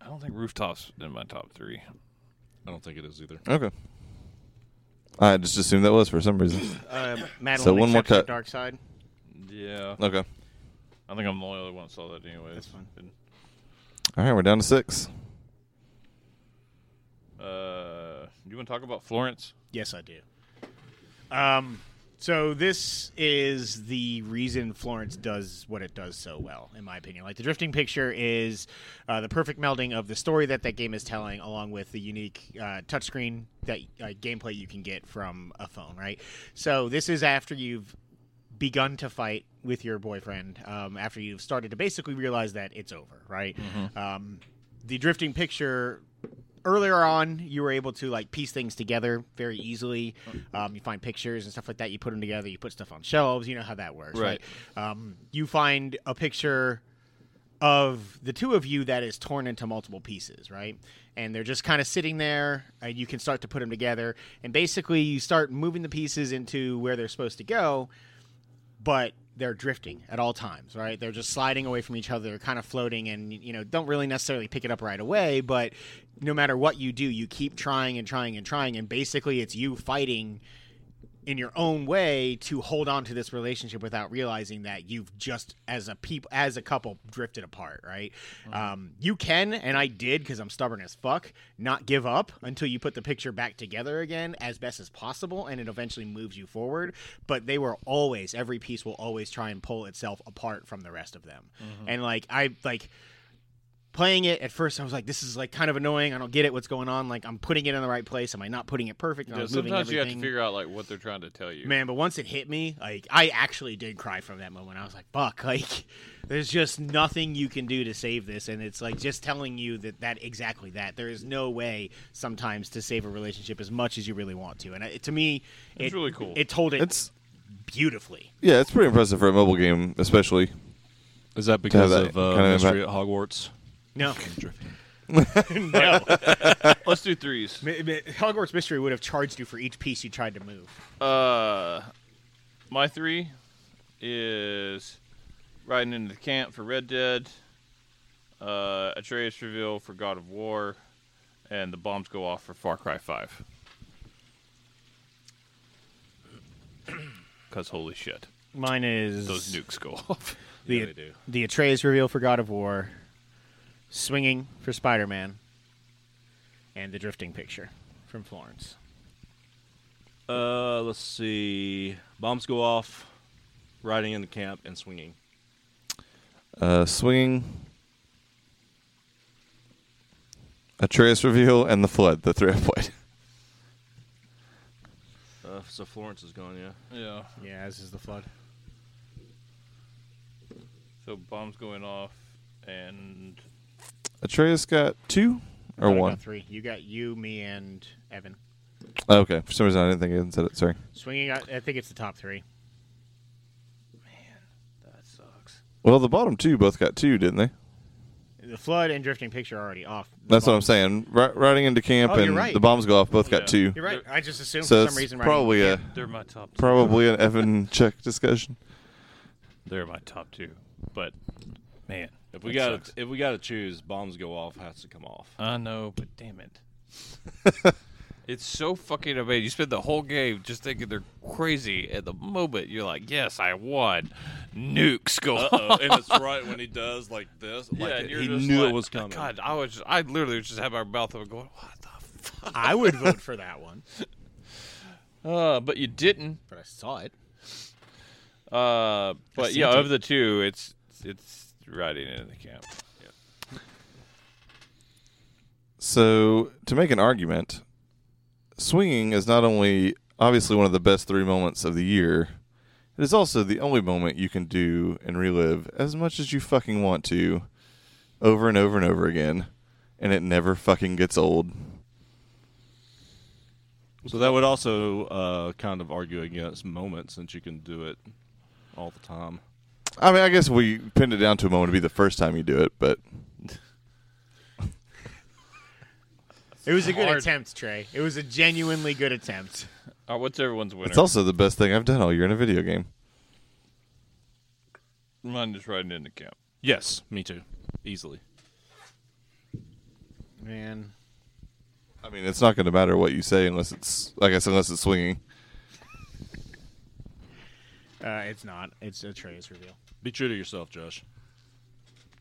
S5: I don't think rooftops in my top three.
S3: think. I don't think it is either.
S4: Okay. I just assumed that was for some reason.
S1: Uh, Madeline
S4: So one more
S1: accepts the
S4: cut.
S1: Dark side.
S5: Yeah,
S4: Okay.
S5: I think I'm the only other one that saw that anyway.
S1: That's fine.
S4: All right, we're down to six.
S5: Uh, you want to talk about Florence?
S1: Yes, I do. Um, so this is the reason Florence does what it does so well, in my opinion. Like the drifting picture is uh, the perfect melding of the story that that game is telling, along with the unique uh, touchscreen that uh, gameplay you can get from a phone. Right. So this is after you've begun to fight with your boyfriend um, after you've started to basically realize that it's over, right? Um, the drifting picture earlier on, you were able to like piece things together very easily. Um, you find pictures and stuff like that. You put them together. You put stuff on shelves. You know how that works, right? Um, you find a picture of the two of you that is torn into multiple pieces, right? And they're just kind of sitting there, and you can start to put them together. And basically, you start moving the pieces into where they're supposed to go but they're drifting at all times, right? They're just sliding away from each other, they're kind of floating, and you know don't really necessarily pick it up right away. But no matter what you do, you keep trying and trying and trying, and basically it's you fighting in your own way to hold on to this relationship without realizing that you've just as a peop as a couple drifted apart right um, you can and i did because i'm stubborn as fuck not give up until you put the picture back together again as best as possible and it eventually moves you forward but they were always every piece will always try and pull itself apart from the rest of them
S5: Mm-hmm.
S1: and like i like playing it at first i was like this is like kind of annoying i don't get it what's going on like i'm putting it in the right place am i not putting it perfect Am I
S5: Yeah,
S1: moving
S5: sometimes you have to
S1: everything?
S5: figure out like what they're trying to tell you.
S1: Man, but once it hit me, like I actually did cry from that moment. I was like, "Fuck!" Like, there's just nothing you can do to save this, and it's like just telling you that that exactly that there is no way sometimes to save a relationship as much as you really want to. And it, to me, it,
S5: It's really cool.
S1: It told it
S4: It's
S1: beautifully.
S4: yeah, it's pretty impressive for a mobile game, especially.
S3: Is that because
S4: that
S3: of uh,
S4: kind of
S3: Mystery at
S4: impact.
S3: Hogwarts?
S1: No,
S5: No. Let's do threes.
S1: M- m- Hogwarts Mystery would have charged you for each piece you tried to move.
S5: Uh, my three is riding into the camp for Red Dead, uh, Atreus reveal for God of War, and the bombs go off for Far Cry Five. Cause holy shit,
S1: Mine is
S5: those nukes go off.
S1: the the Atreus reveal for God of War, swinging for Spider Man, and the drifting picture from Florence.
S3: Uh, let's see. Bombs go off, riding in the camp and swinging.
S4: Uh, swinging, Atreus reveal, and the flood. The three I played.
S3: Uh, so Florence is gone, yeah.
S5: Yeah.
S1: Yeah, as is the flood.
S5: So bombs going off, and
S4: Atreus got two or
S1: No, I got
S4: one.
S1: three. You got you, me, and Evan.
S4: Oh, okay, for some reason I didn't think I even said it. Sorry.
S1: Swinging. I, I think it's the top three.
S5: that sucks.
S4: Well, the bottom two both got two, didn't they?
S1: The flood and drifting picture are already off. The
S4: That's what I'm
S1: bombs-
S4: saying. R- riding into camp
S1: Oh, you're
S4: and
S1: right.
S4: the bombs go off. Both
S5: Yeah.
S4: got two.
S1: You're right. I just assumed
S4: So
S1: for some
S4: it's
S1: reason. writing-
S4: probably a
S5: They're my top. Two.
S4: probably an Evan check discussion.
S5: They're my top two, but man,
S3: If we
S5: that
S3: got
S5: sucks.
S3: if we got to choose, bombs go off has to come off.
S5: I know, but damn it.
S2: It's so fucking amazing. You spend the whole game just thinking they're crazy. At the moment, you're like, "Yes, I won." Nukes
S5: Uh,
S2: go.
S5: oh,
S3: Uh-oh, Oh, and it's right when he does like this. Like
S2: Yeah, and you're
S3: he
S2: just
S3: knew
S2: like,
S3: it was coming.
S2: God, I was. Just, I literally was just had my mouth open, going, "What the fuck?"
S1: I would vote for that one,
S5: Uh, but you didn't.
S1: but I saw it.
S5: Uh, but
S1: seen
S5: yeah,
S1: it.
S5: of the two, it's it's riding in the camp.
S4: So, to make an argument, swinging is not only obviously one of the best three moments of the year, it is also the only moment you can do and relive as much as you fucking want to over and over and over again, and it never fucking gets old.
S3: So that would also uh, kind of argue against moments since you can do it all the time.
S4: I mean, I guess we pinned it down to a moment to be the first time you do it, but
S1: It was a good
S5: Hard.
S1: attempt, Trey. It was a genuinely good attempt.
S5: Uh, what's everyone's winner?
S4: it's also the best thing I've done all year in a video game.
S5: Mine is riding in the camp.
S3: Yes, me too. Easily.
S1: Man,
S4: I mean, it's not going to matter what you say unless it's, like I said, unless it's swinging.
S1: uh, it's not. It's Atreus reveal.
S3: Be true to yourself, Josh.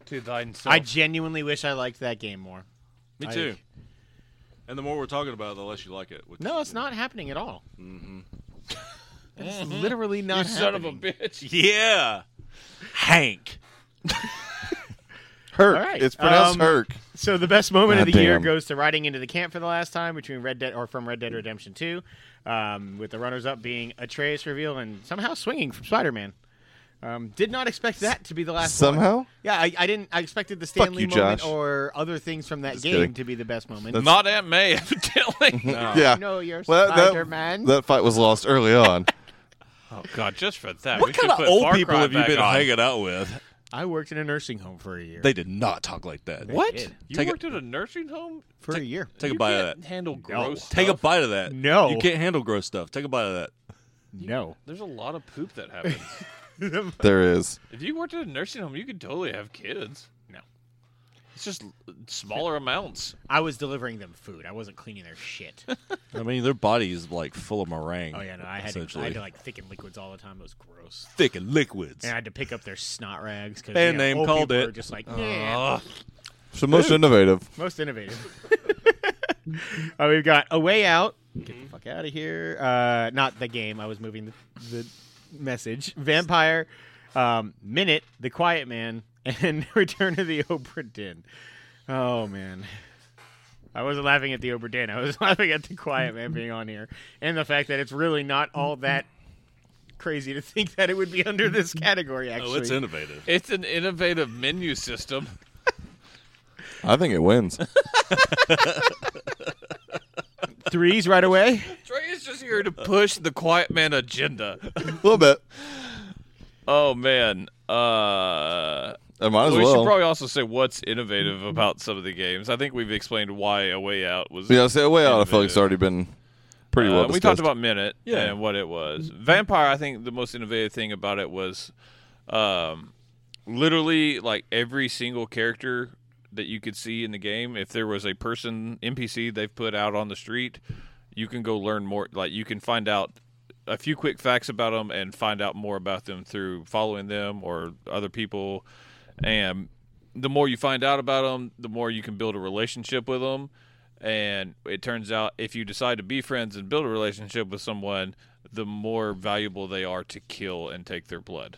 S5: To thine self.
S1: I genuinely wish I liked that game more.
S3: Me
S1: I-
S3: too. And the more we're talking about it, the less you like it. Which,
S1: No, it's not happening at all. That's literally not
S8: You son of a
S1: happening.
S8: bitch.
S5: Yeah. Hank.
S4: Herc.
S1: All right.
S4: It's pronounced
S1: Um,
S4: Herc.
S1: So the best moment of the
S4: Goddamn.
S1: year goes to riding into the camp for the last time between Red Dead or from Red Dead Redemption Two, um, with the runners up being Atreus reveal and somehow swinging from Spider Man. Um, did not expect that to be the last. one.
S4: Somehow?
S1: yeah, I, I didn't. I expected the Stanley
S4: you,
S1: moment
S4: Josh.
S1: or other things from that
S4: Just
S1: game
S4: kidding.
S1: to be the best moment.
S5: Not Aunt May, evidently.
S4: yeah.
S1: No, you're
S4: Well, that-
S1: Spider-Man.
S4: That fight was lost early on.
S5: oh God, just for that. we
S3: What
S5: should
S3: kind of
S5: put
S3: old
S5: Far
S3: people
S5: Cry
S3: have you
S5: back
S3: been
S5: on.
S3: hanging out with?
S1: I worked in a nursing home for a year.
S3: They did not talk like that.
S5: What?
S1: did.
S5: You
S3: Take a-
S5: worked at a nursing home?
S1: for a year.
S3: Take
S5: you
S3: a bite
S5: can't
S3: of that.
S5: Handle gross.
S3: Take a
S5: stuff.
S3: bite of that.
S1: No.
S3: You can't handle gross stuff. Take a bite of that.
S1: No.
S5: There's a lot of poop that happens.
S4: there is.
S5: if you worked at a nursing home, you could totally have kids.
S1: No.
S5: It's just smaller amounts.
S1: I was delivering them food. I wasn't cleaning their shit.
S3: I mean, their body is like full of meringue.
S1: Oh yeah, no, I had to, I
S3: essentially
S1: had to like thicken liquids all the time. It was gross.
S3: thick and liquids.
S1: And I had to pick up their snot rags because
S3: Band name called it.
S1: Just like yeah,
S4: So most innovative.
S1: most innovative. Uh, we've got a way out. Get the fuck out of here. Uh, not the game. I was moving the, the message. Vampire, um, minute, the Quiet Man, and Return of the Oprah Din. Oh man. I wasn't laughing at the Oprah Din. I was laughing at the Quiet Man being on here, and the fact that it's really not all that crazy to think that it would be under this category. Actually,
S3: oh, it's innovative.
S5: It's an innovative menu system.
S4: I think it wins.
S1: threes right away.
S5: Trey is just here to push the quiet man agenda.
S4: a little bit.
S5: Oh man. Uh
S4: I might as
S5: we
S4: well.
S5: should probably also say what's innovative about some of the games. I think we've explained why A Way Out was
S4: yeah, say way out. I feel like
S5: Innovative.
S4: it's already been pretty well.
S5: Uh, we
S4: discussed.
S5: talked about Minute
S3: Yeah.
S5: and what it was. Vampire, I think the most innovative thing about it was um, literally like every single character that you could see in the game. If there was a person, NPC they've put out on the street, you can go learn more. Like you can find out a few quick facts about them and find out more about them through following them or other people. And the more you find out about them, the more you can build a relationship with them. And it turns out if you decide to be friends and build a relationship with someone, the more valuable they are to kill and take their blood.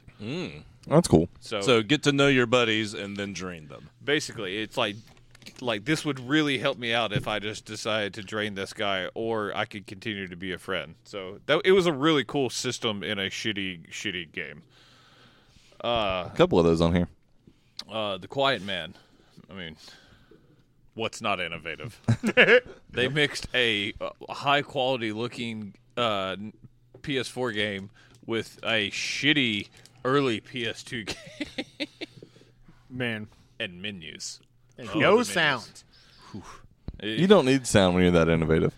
S4: That's cool.
S5: So,
S3: So get to know your buddies and then drain them.
S5: basically, it's like like this would really help me out if I just decided to drain this guy or I could continue to be a friend. So that it was a really cool system in a shitty shitty game.
S4: A couple of those on here.
S5: Uh, the Quiet Man. I mean, what's not innovative? they mixed a high quality looking uh, n- PS4 game with a shitty early PS2 game
S1: Man,
S5: and menus.
S1: no
S5: the
S1: sound.
S4: You don't need sound when you're that innovative.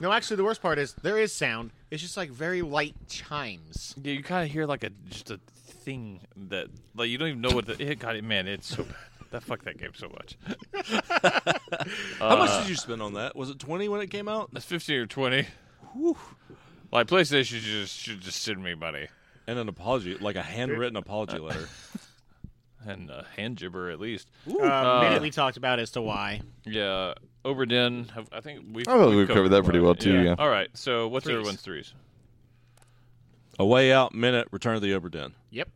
S1: No, actually, the worst part is there is sound. It's just like very light chimes.
S5: Yeah, you kind of hear like a just a thing that like you don't even know what the it got it. Man, it's so that fuck that game so much.
S3: How much did you spend on that? Was it twenty when it came out?
S5: That's fifteen or twenty. Like PlayStation should just should just send me money
S3: And an apology, like a handwritten
S1: Uh,
S3: apology letter.
S5: and uh, hand gibber at least.
S1: Um, minute we talked about as to why.
S5: Yeah, Overdone. have- I think we've.
S4: I
S1: Oh,
S4: feel like we've covered that pretty well,
S5: part of it.
S4: too, yeah.
S5: All right. So what's
S1: Threes.
S5: everyone's threes?
S3: a way out, minute, return of the Oberdin.
S1: Yep.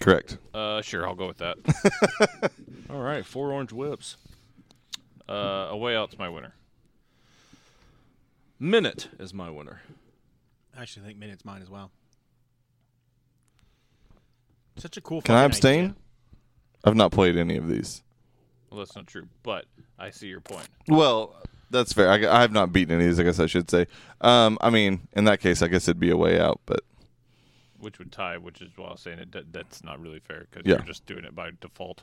S4: Correct.
S5: Uh, sure, I'll go with that.
S3: All right, four orange whips.
S5: Uh, a way out's my winner.
S3: Minute is my winner.
S1: I actually think minute's mine as well. Such a cool.
S4: Can I
S1: fucking
S4: abstain?
S1: idea.
S4: I've not played any of these.
S5: Well, that's not true, but I see your point.
S4: Well, that's fair. I, I have not beaten any of these. I guess I should say. Um, I mean, in that case, I guess it'd be a way out. But
S5: Which would tie, which is why I was saying it. That, that's not really fair because
S4: Yeah.
S5: you're just doing it by default.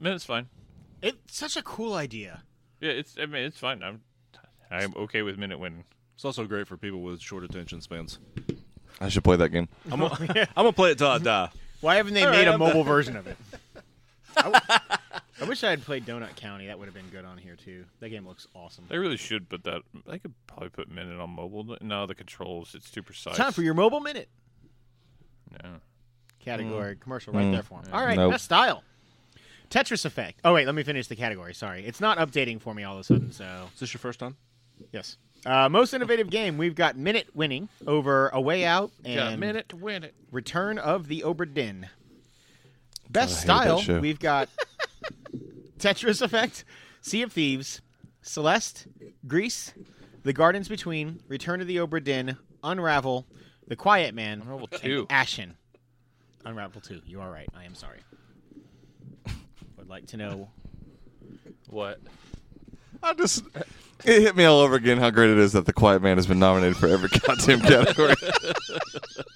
S5: Minute's fine.
S1: It's such a cool idea.
S5: Yeah, it's. I mean, it's fine. I'm. I'm okay with minute winning.
S3: It's also great for people with short attention spans.
S4: I should play that game.
S3: I'm gonna, I'm gonna play it till I die.
S1: Why haven't they
S3: All
S1: made
S3: right,
S1: a
S3: I'm
S1: mobile version of it? I, w- I wish I had played Donut County. That would have been good on here too. That game looks awesome.
S5: They really should put that. They could probably put minute on mobile. No, the controls. It's too precise.
S1: Time for your mobile minute
S5: Yeah.
S1: category commercial right there for him. All right,
S4: Nope.
S1: best style. Tetris Effect. Oh wait, let me finish the category. Sorry, it's not updating for me all of a sudden. So
S3: Is this your first time?
S1: yes, Uh, most innovative game, we've got Minute winning over A Way Out
S5: Got a
S1: and
S5: minute to win it.
S1: Return of the Oberdin. Oh, Best
S4: I hate that
S1: style,
S4: show.
S1: we've got Tetris Effect, Sea of Thieves, Celeste, Greece, The Gardens Between, Return of the Oberdin, Unravel, The Quiet Man,
S5: Unravel
S1: and
S5: 2.
S1: Ashen. Unravel 2. You are right. I am sorry. Would like to know.
S5: What?
S4: I just it hit me all over again how great it is that the Quiet Man has been nominated for every goddamn category.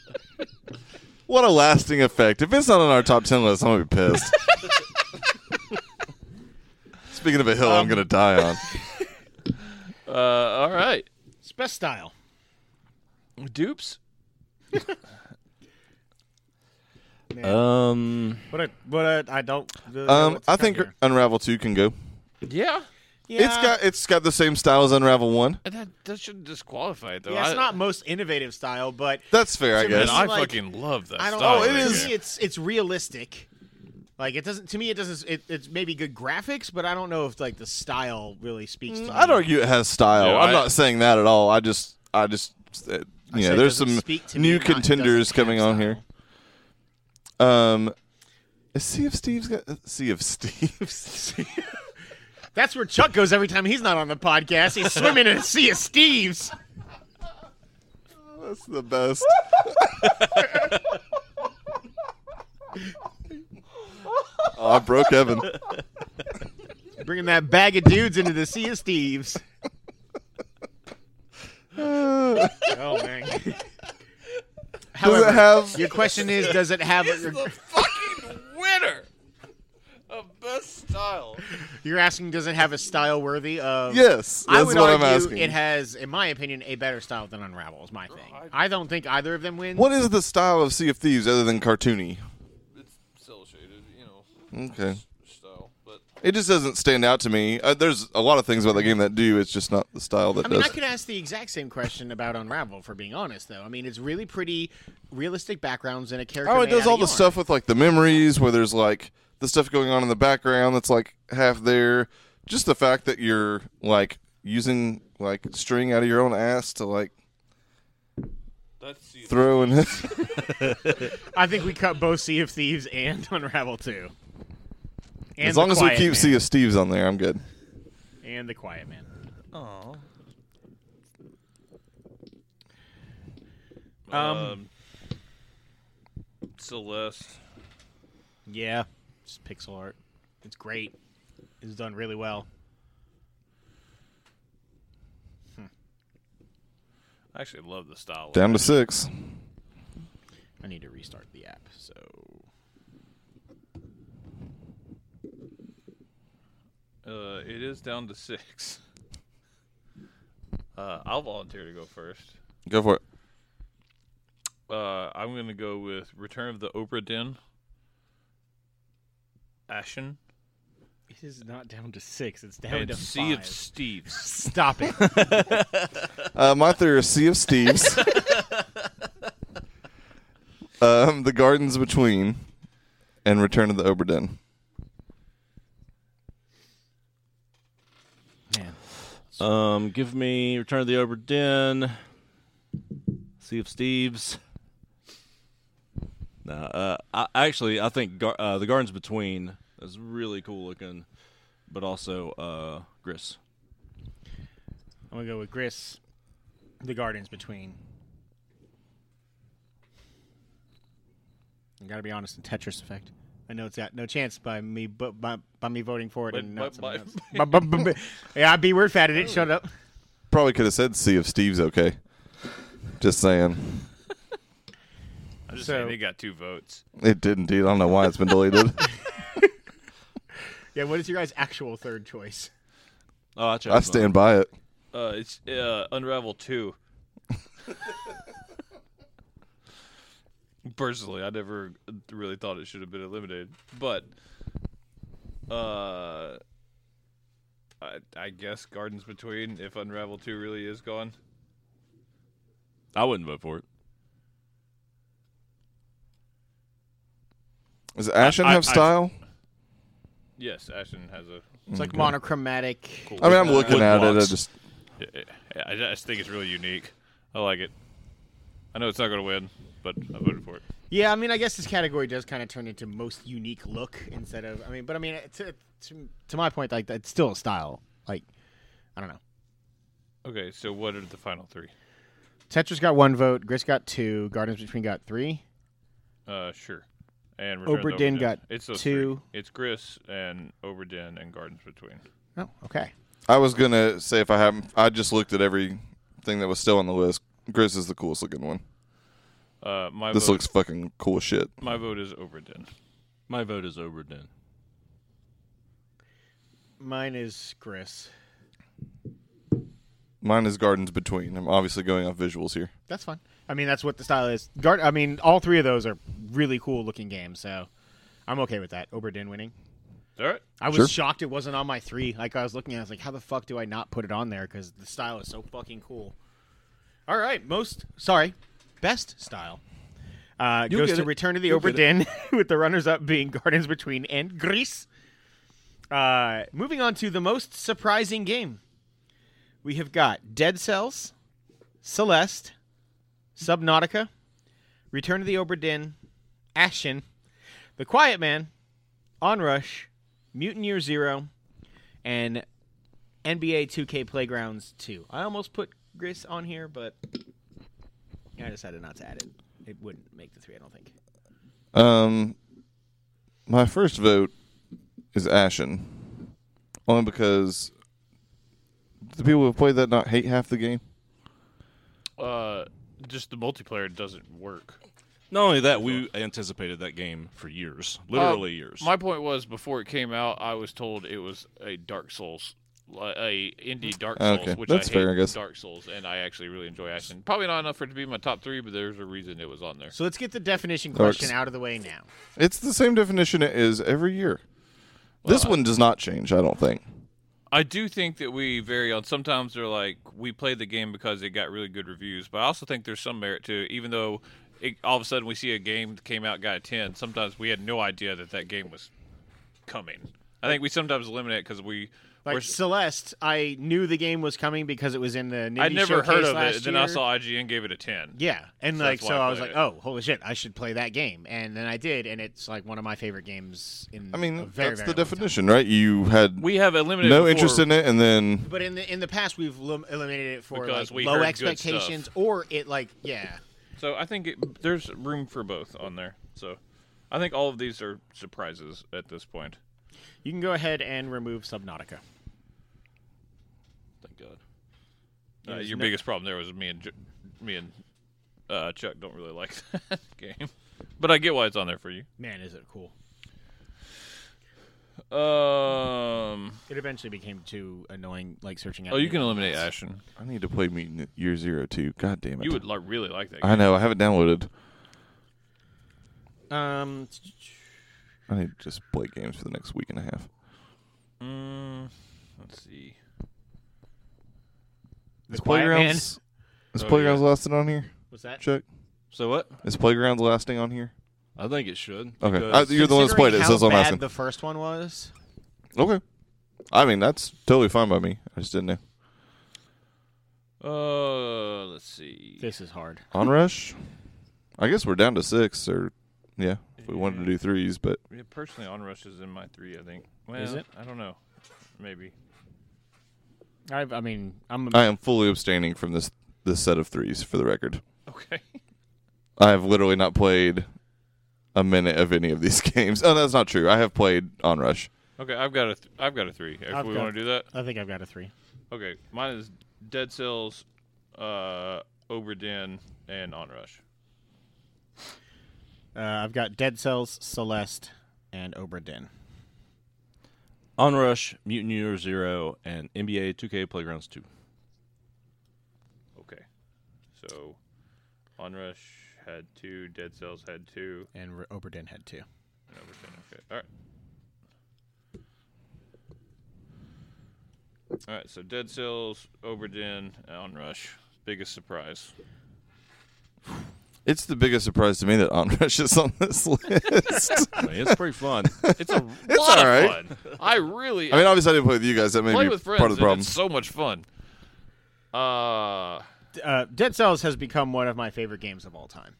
S4: what a lasting effect! If it's not on our top ten list, I'm gonna be pissed. Speaking of a hill,
S1: Um,
S4: I'm gonna die on.
S5: Uh, all right.
S1: It's best style.
S5: Dupes.
S3: Um,
S1: What a what a I don't. really know
S4: Um,
S1: what to
S4: I
S1: cut
S4: think
S1: here.
S4: Unravel Two can go.
S5: Yeah.
S1: yeah,
S4: It's got it's got the same style as Unravel One.
S5: And That that shouldn't disqualify it though.
S1: Yeah,
S5: I-
S1: it's not most innovative style, but
S4: That's fair, I
S1: To me,
S4: guess.
S5: Man, I
S1: like-
S5: fucking love that.
S1: I don't
S5: style
S1: know.
S4: Oh, it
S5: right
S1: to
S4: is-
S1: me, it's it's realistic. Like it doesn't to me. It doesn't. It, it's maybe good graphics, but I don't know if like the style really speaks. to me.
S4: I'd argue it has style.
S5: Yeah,
S4: I'm
S5: I-
S4: not saying that at all. I just, I just, uh,
S1: I
S4: you
S1: said
S4: know,
S1: it
S4: there's
S1: doesn't
S4: some
S1: speak to me,
S4: new
S1: not- it
S4: contenders
S1: doesn't
S4: coming
S1: have
S4: on
S1: style.
S4: here. Um, is Sea of Steve's got uh, Sea of Steve's.
S1: That's where Chuck goes every time he's not on the podcast. He's swimming in a sea of Steves.
S4: That's the best. oh, I broke Evan.
S1: Bringing that bag of dudes into the sea of Steves. oh man.
S4: Does
S1: However,
S4: it have?
S1: your question is, does it have?
S5: fucking winner of best style.
S1: You're asking, does it have a style worthy of?
S4: Yes, that's
S1: I would
S4: what
S1: argue
S4: I'm asking.
S1: it has, in my opinion, a better style than Unravel. Is my thing. I don't think either of them wins.
S4: what is the style of Sea of Thieves other than cartoony?
S5: It's cell shaded, you know,
S4: Okay.
S5: style. But
S4: It just doesn't stand out to me. Uh, there's a lot of things about the game that do. It's just not the style that
S1: I mean,
S4: does.
S1: I could ask the exact same question about Unravel. For being honest, though, I mean, it's really pretty, realistic backgrounds and a character.
S4: Oh, it
S1: made
S4: does
S1: out of
S4: all the
S1: yarn.
S4: stuff with like the memories where there's like the stuff going on in the background that's like half there. Just the fact that you're like using like string out of your own ass to like
S5: that's the
S4: throw in.
S1: I think we cut both Sea of Thieves and Unravel too. And
S4: as
S1: The
S4: long as we
S1: Quiet
S4: keep
S1: Man.
S4: Sea of Steve's on there, I'm good.
S1: and the Quiet Man. Oh. Um,
S5: Celeste.
S1: Yeah, just pixel art. It's great. It's done really well.
S5: I actually love the style.
S4: Down to six.
S1: I need to restart the app. So
S5: Uh, it is down to six. Uh, I'll volunteer to go first.
S4: Go for it.
S5: Uh, I'm gonna go with Return of the Oprah Den. Ashen
S1: it is not down to six. It's down
S5: and
S1: to
S5: Sea
S1: five.
S5: of Steves.
S1: Stop it.
S4: Uh, my theory is Sea of Steve's. um, the Gardens Between and Return of the Oberdin.
S3: um, give me Return of the Oberdin. Sea of Steve's. No, uh, I, actually, I think gar- uh, the Gardens Between is really cool looking, but also uh, Gris.
S1: I'm gonna go with Gris. The gardens between. I gotta be honest. In Tetris effect, I know it's got no chance by me, but by, by me voting for it
S5: But-
S1: and
S5: but-
S1: not someone
S5: but-
S1: else. Bu- bu- bu- bu- yeah, I be word fatted it. Shut up.
S4: Probably could have said Sea of Steve's okay. Just saying.
S5: I'm just
S1: So-
S5: saying they got two votes.
S4: It did indeed. I don't know why it's been deleted.
S1: Yeah, what is your guys' actual third choice?
S3: Oh, I, chose
S4: I
S3: mine.
S4: stand by it.
S5: Uh, it's uh, Unravel Two. Personally, I never really thought it should have been eliminated, but uh, I, I guess Gardens Between, if Unravel Two really is gone,
S3: I wouldn't vote for it.
S4: Does Ashen
S5: I-
S4: have
S5: I-
S4: style?
S5: yes, Ashton has a
S1: It's like monochromatic.
S4: I, mean, I'm looking
S5: wood
S4: at it. I
S5: blocks.
S4: just
S5: I just think it's really unique. I like it. I know it's not going to win, but I voted for it.
S1: Yeah, I mean, I guess this category does kind of turn into most unique look instead of. I mean, but I mean, to to, to my point, like that's still a style. Like, I don't know.
S5: Okay, so what are the final three?
S1: Tetris got one vote. Grist got two. Gardens Between got three.
S5: Uh, sure. And Return of the
S1: Oberdin
S5: Oberdin.
S1: got
S5: it's those
S1: two.
S5: Three. It's Gris and Oberdin and Gardens Between.
S1: Oh, okay.
S4: I was gonna say if I haven't, I just looked at everything that was still on the list. Gris is the coolest looking one.
S5: Uh, my
S4: This
S5: vote,
S4: looks fucking cool as shit.
S5: my vote is Oberdin.
S3: My vote is Oberdin.
S1: Mine is Gris.
S4: Mine is Gardens Between. I'm obviously going off visuals here.
S1: That's fine. I mean, that's what the style is. Guard. I mean, all three of those are really cool looking games, so I'm okay with that. Oberdin winning.
S5: All right.
S1: I was
S4: Sure.
S1: shocked it wasn't on my three. Like I was looking, at it, I was like, how the fuck do I not put it on there? Because the style is so fucking cool. All right, most sorry, best style uh,
S3: You'll
S1: goes
S3: get
S1: to
S3: it.
S1: Return to the
S3: You'll get
S1: Oberdin, with the runners-up being Gardens Between and Greece. Uh, moving on to the most surprising game, we have got Dead Cells, Celeste, Subnautica, Return to the Oberdin, Ashen, The Quiet Man, Onrush, Mutant Year Zero, and NBA 2K Playgrounds 2. I almost put Gris on here, but I decided not to add it. It wouldn't make the three, I don't think.
S4: Um, my first vote is Ashen, only because the people who played that not hate half the game.
S9: Uh, just the multiplayer doesn't work.
S3: Not only that, we anticipated that game for years, literally
S9: Uh,
S5: Oh,
S3: years.
S9: My point was before it came out, I was told it was a Dark Souls, li- a indie Dark Souls,
S4: Okay,
S9: which
S4: that's
S9: I
S4: fair,
S9: hate
S4: I guess.
S9: Dark Souls, and I actually really enjoy Ashen. Probably not enough for it to be my top three, but there's a reason it was on there.
S1: So let's get the definition
S4: Or it's-
S1: question out of the way now.
S4: It's the same definition it is every year. this one does not change, I don't think.
S5: I do think that we vary on. Sometimes they're like we played the game because it got really good reviews, but I also think there's some merit to it. Even though it, all of a sudden we see a game that came out got a ten, sometimes we had no idea that that game was coming. I think we sometimes eliminate because we.
S1: Like
S5: we're,
S1: Celeste, I knew the game was coming because it was in the. Ninja
S5: I never heard
S1: Showcase
S5: of
S1: last
S5: it. Then
S1: year.
S5: I saw IGN gave it a ten.
S1: Yeah, and
S5: So
S1: like
S5: that's
S1: so,
S5: why I
S1: I was
S5: played
S1: like,
S5: it.
S1: "Oh, holy shit! I should play that game." And then I did, and it's like one of my favorite games. In
S4: I
S1: a
S4: mean,
S1: very,
S4: that's
S1: very
S4: the
S1: long time.
S4: definition, right? You had
S5: We have eliminated
S4: no
S5: before-
S4: interest in it, and then
S1: But in the in the past, we've lim- eliminated it for
S5: Because
S1: like,
S5: we heard
S1: low
S5: good
S1: expectations, or it like yeah.
S5: So I think it, there's room for both on there. So I think all of these are surprises at this point.
S1: You can go ahead and remove Subnautica.
S5: Thank God. Uh,
S1: There's
S5: your
S1: no-
S5: biggest problem there was me and Ju- me and uh, Chuck don't really like that game, but I get why it's on there for you.
S1: Man, is it cool!
S5: Um.
S1: It eventually became too annoying, like searching out.
S5: Oh, you
S1: new
S5: can
S1: ones.
S5: eliminate Ashen.
S4: I need to play Mutant Year Zero too. God damn it!
S5: You would like really like that. Game.
S4: I know. I have it downloaded.
S1: Um,
S4: I need to just play games for the next week and a half.
S5: Mm, let's see.
S1: the Quiet Man.
S4: Playgrounds? Is
S5: Oh,
S4: Playgrounds lasting on here,
S1: What's that?
S4: Chuck?
S3: so what?
S4: Is Playgrounds lasting on here?
S3: I think it should.
S4: Okay, I,
S3: because-
S4: you're the one that's played it. So
S1: Considering
S4: that's what I'm
S1: how bad
S4: asking.
S1: The first one was.
S4: okay. I mean, that's totally fine by me. I just didn't know.
S5: Uh, let's see.
S1: This is hard.
S4: Onrush. I guess we're down to six, or yeah, if we wanted to do threes, but
S5: Yeah, personally, Onrush is in my three. I think. Well,
S1: it?
S5: I don't know. Maybe.
S1: I, I mean, I'm.
S4: I am fully abstaining from this this set of threes for the record.
S5: Okay.
S4: I have literally not played a minute of any of these games. Oh, that's not true. I have played Onrush.
S5: Okay, I've got a th- I've got a three. If
S1: I've
S5: we
S1: got-
S5: want to do that,
S1: I think I've got a three.
S5: okay. Mine is Dead Cells, uh, Oberdin, and Onrush.
S1: Uh, I've got Dead Cells, Celeste, and Oberdin.
S3: Onrush, Mutant Year Zero, and NBA 2K Playgrounds 2.
S5: Okay, so Onrush had two, Dead Cells had two,
S1: And R- Oberdin had two.
S5: and Oberdin. Okay, all right. All right, so Dead Cells, Oberdin, and Onrush. Biggest surprise.
S4: It's the biggest surprise to me that Onrush is on this list.
S3: I mean, it's pretty fun.
S5: It's a lot
S4: alright.
S5: of fun. I really
S4: I mean, obviously, I didn't play with you guys. That may
S5: play
S4: be
S5: with friends.
S4: part of the
S5: and
S4: problem.
S5: It's so much fun. Uh,
S1: uh, Dead Cells has become one of my favorite games of all time.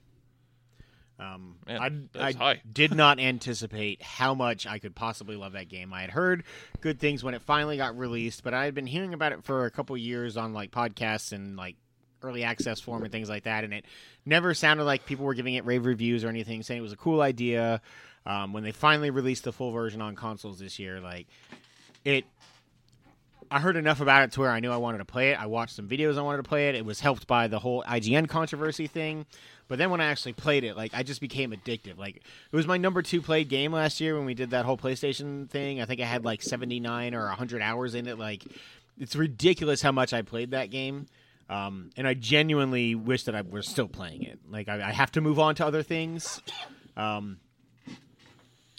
S1: Um,
S5: Man,
S1: I,
S5: that's
S1: I
S5: high.
S1: did not anticipate how much I could possibly love that game. I had heard good things when it finally got released, but I had been hearing about it for a couple years on like podcasts and like early access form and things like that, and it never sounded like people were giving it rave reviews or anything, saying it was a cool idea. Um, when they finally released the full version on consoles this year, like it I heard enough about it to where I knew I wanted to play it. I watched some videos I wanted to play it. It was helped by the whole IGN controversy thing. But then when I actually played it, like I just became addictive. Like it was my number 2 played game last year when we did that whole PlayStation thing. I think I had like 79 or 100 hours in it. Like it's ridiculous how much I played that game. Um, and I genuinely wish that I were still playing it. Like I, I have to move on to other things. Um,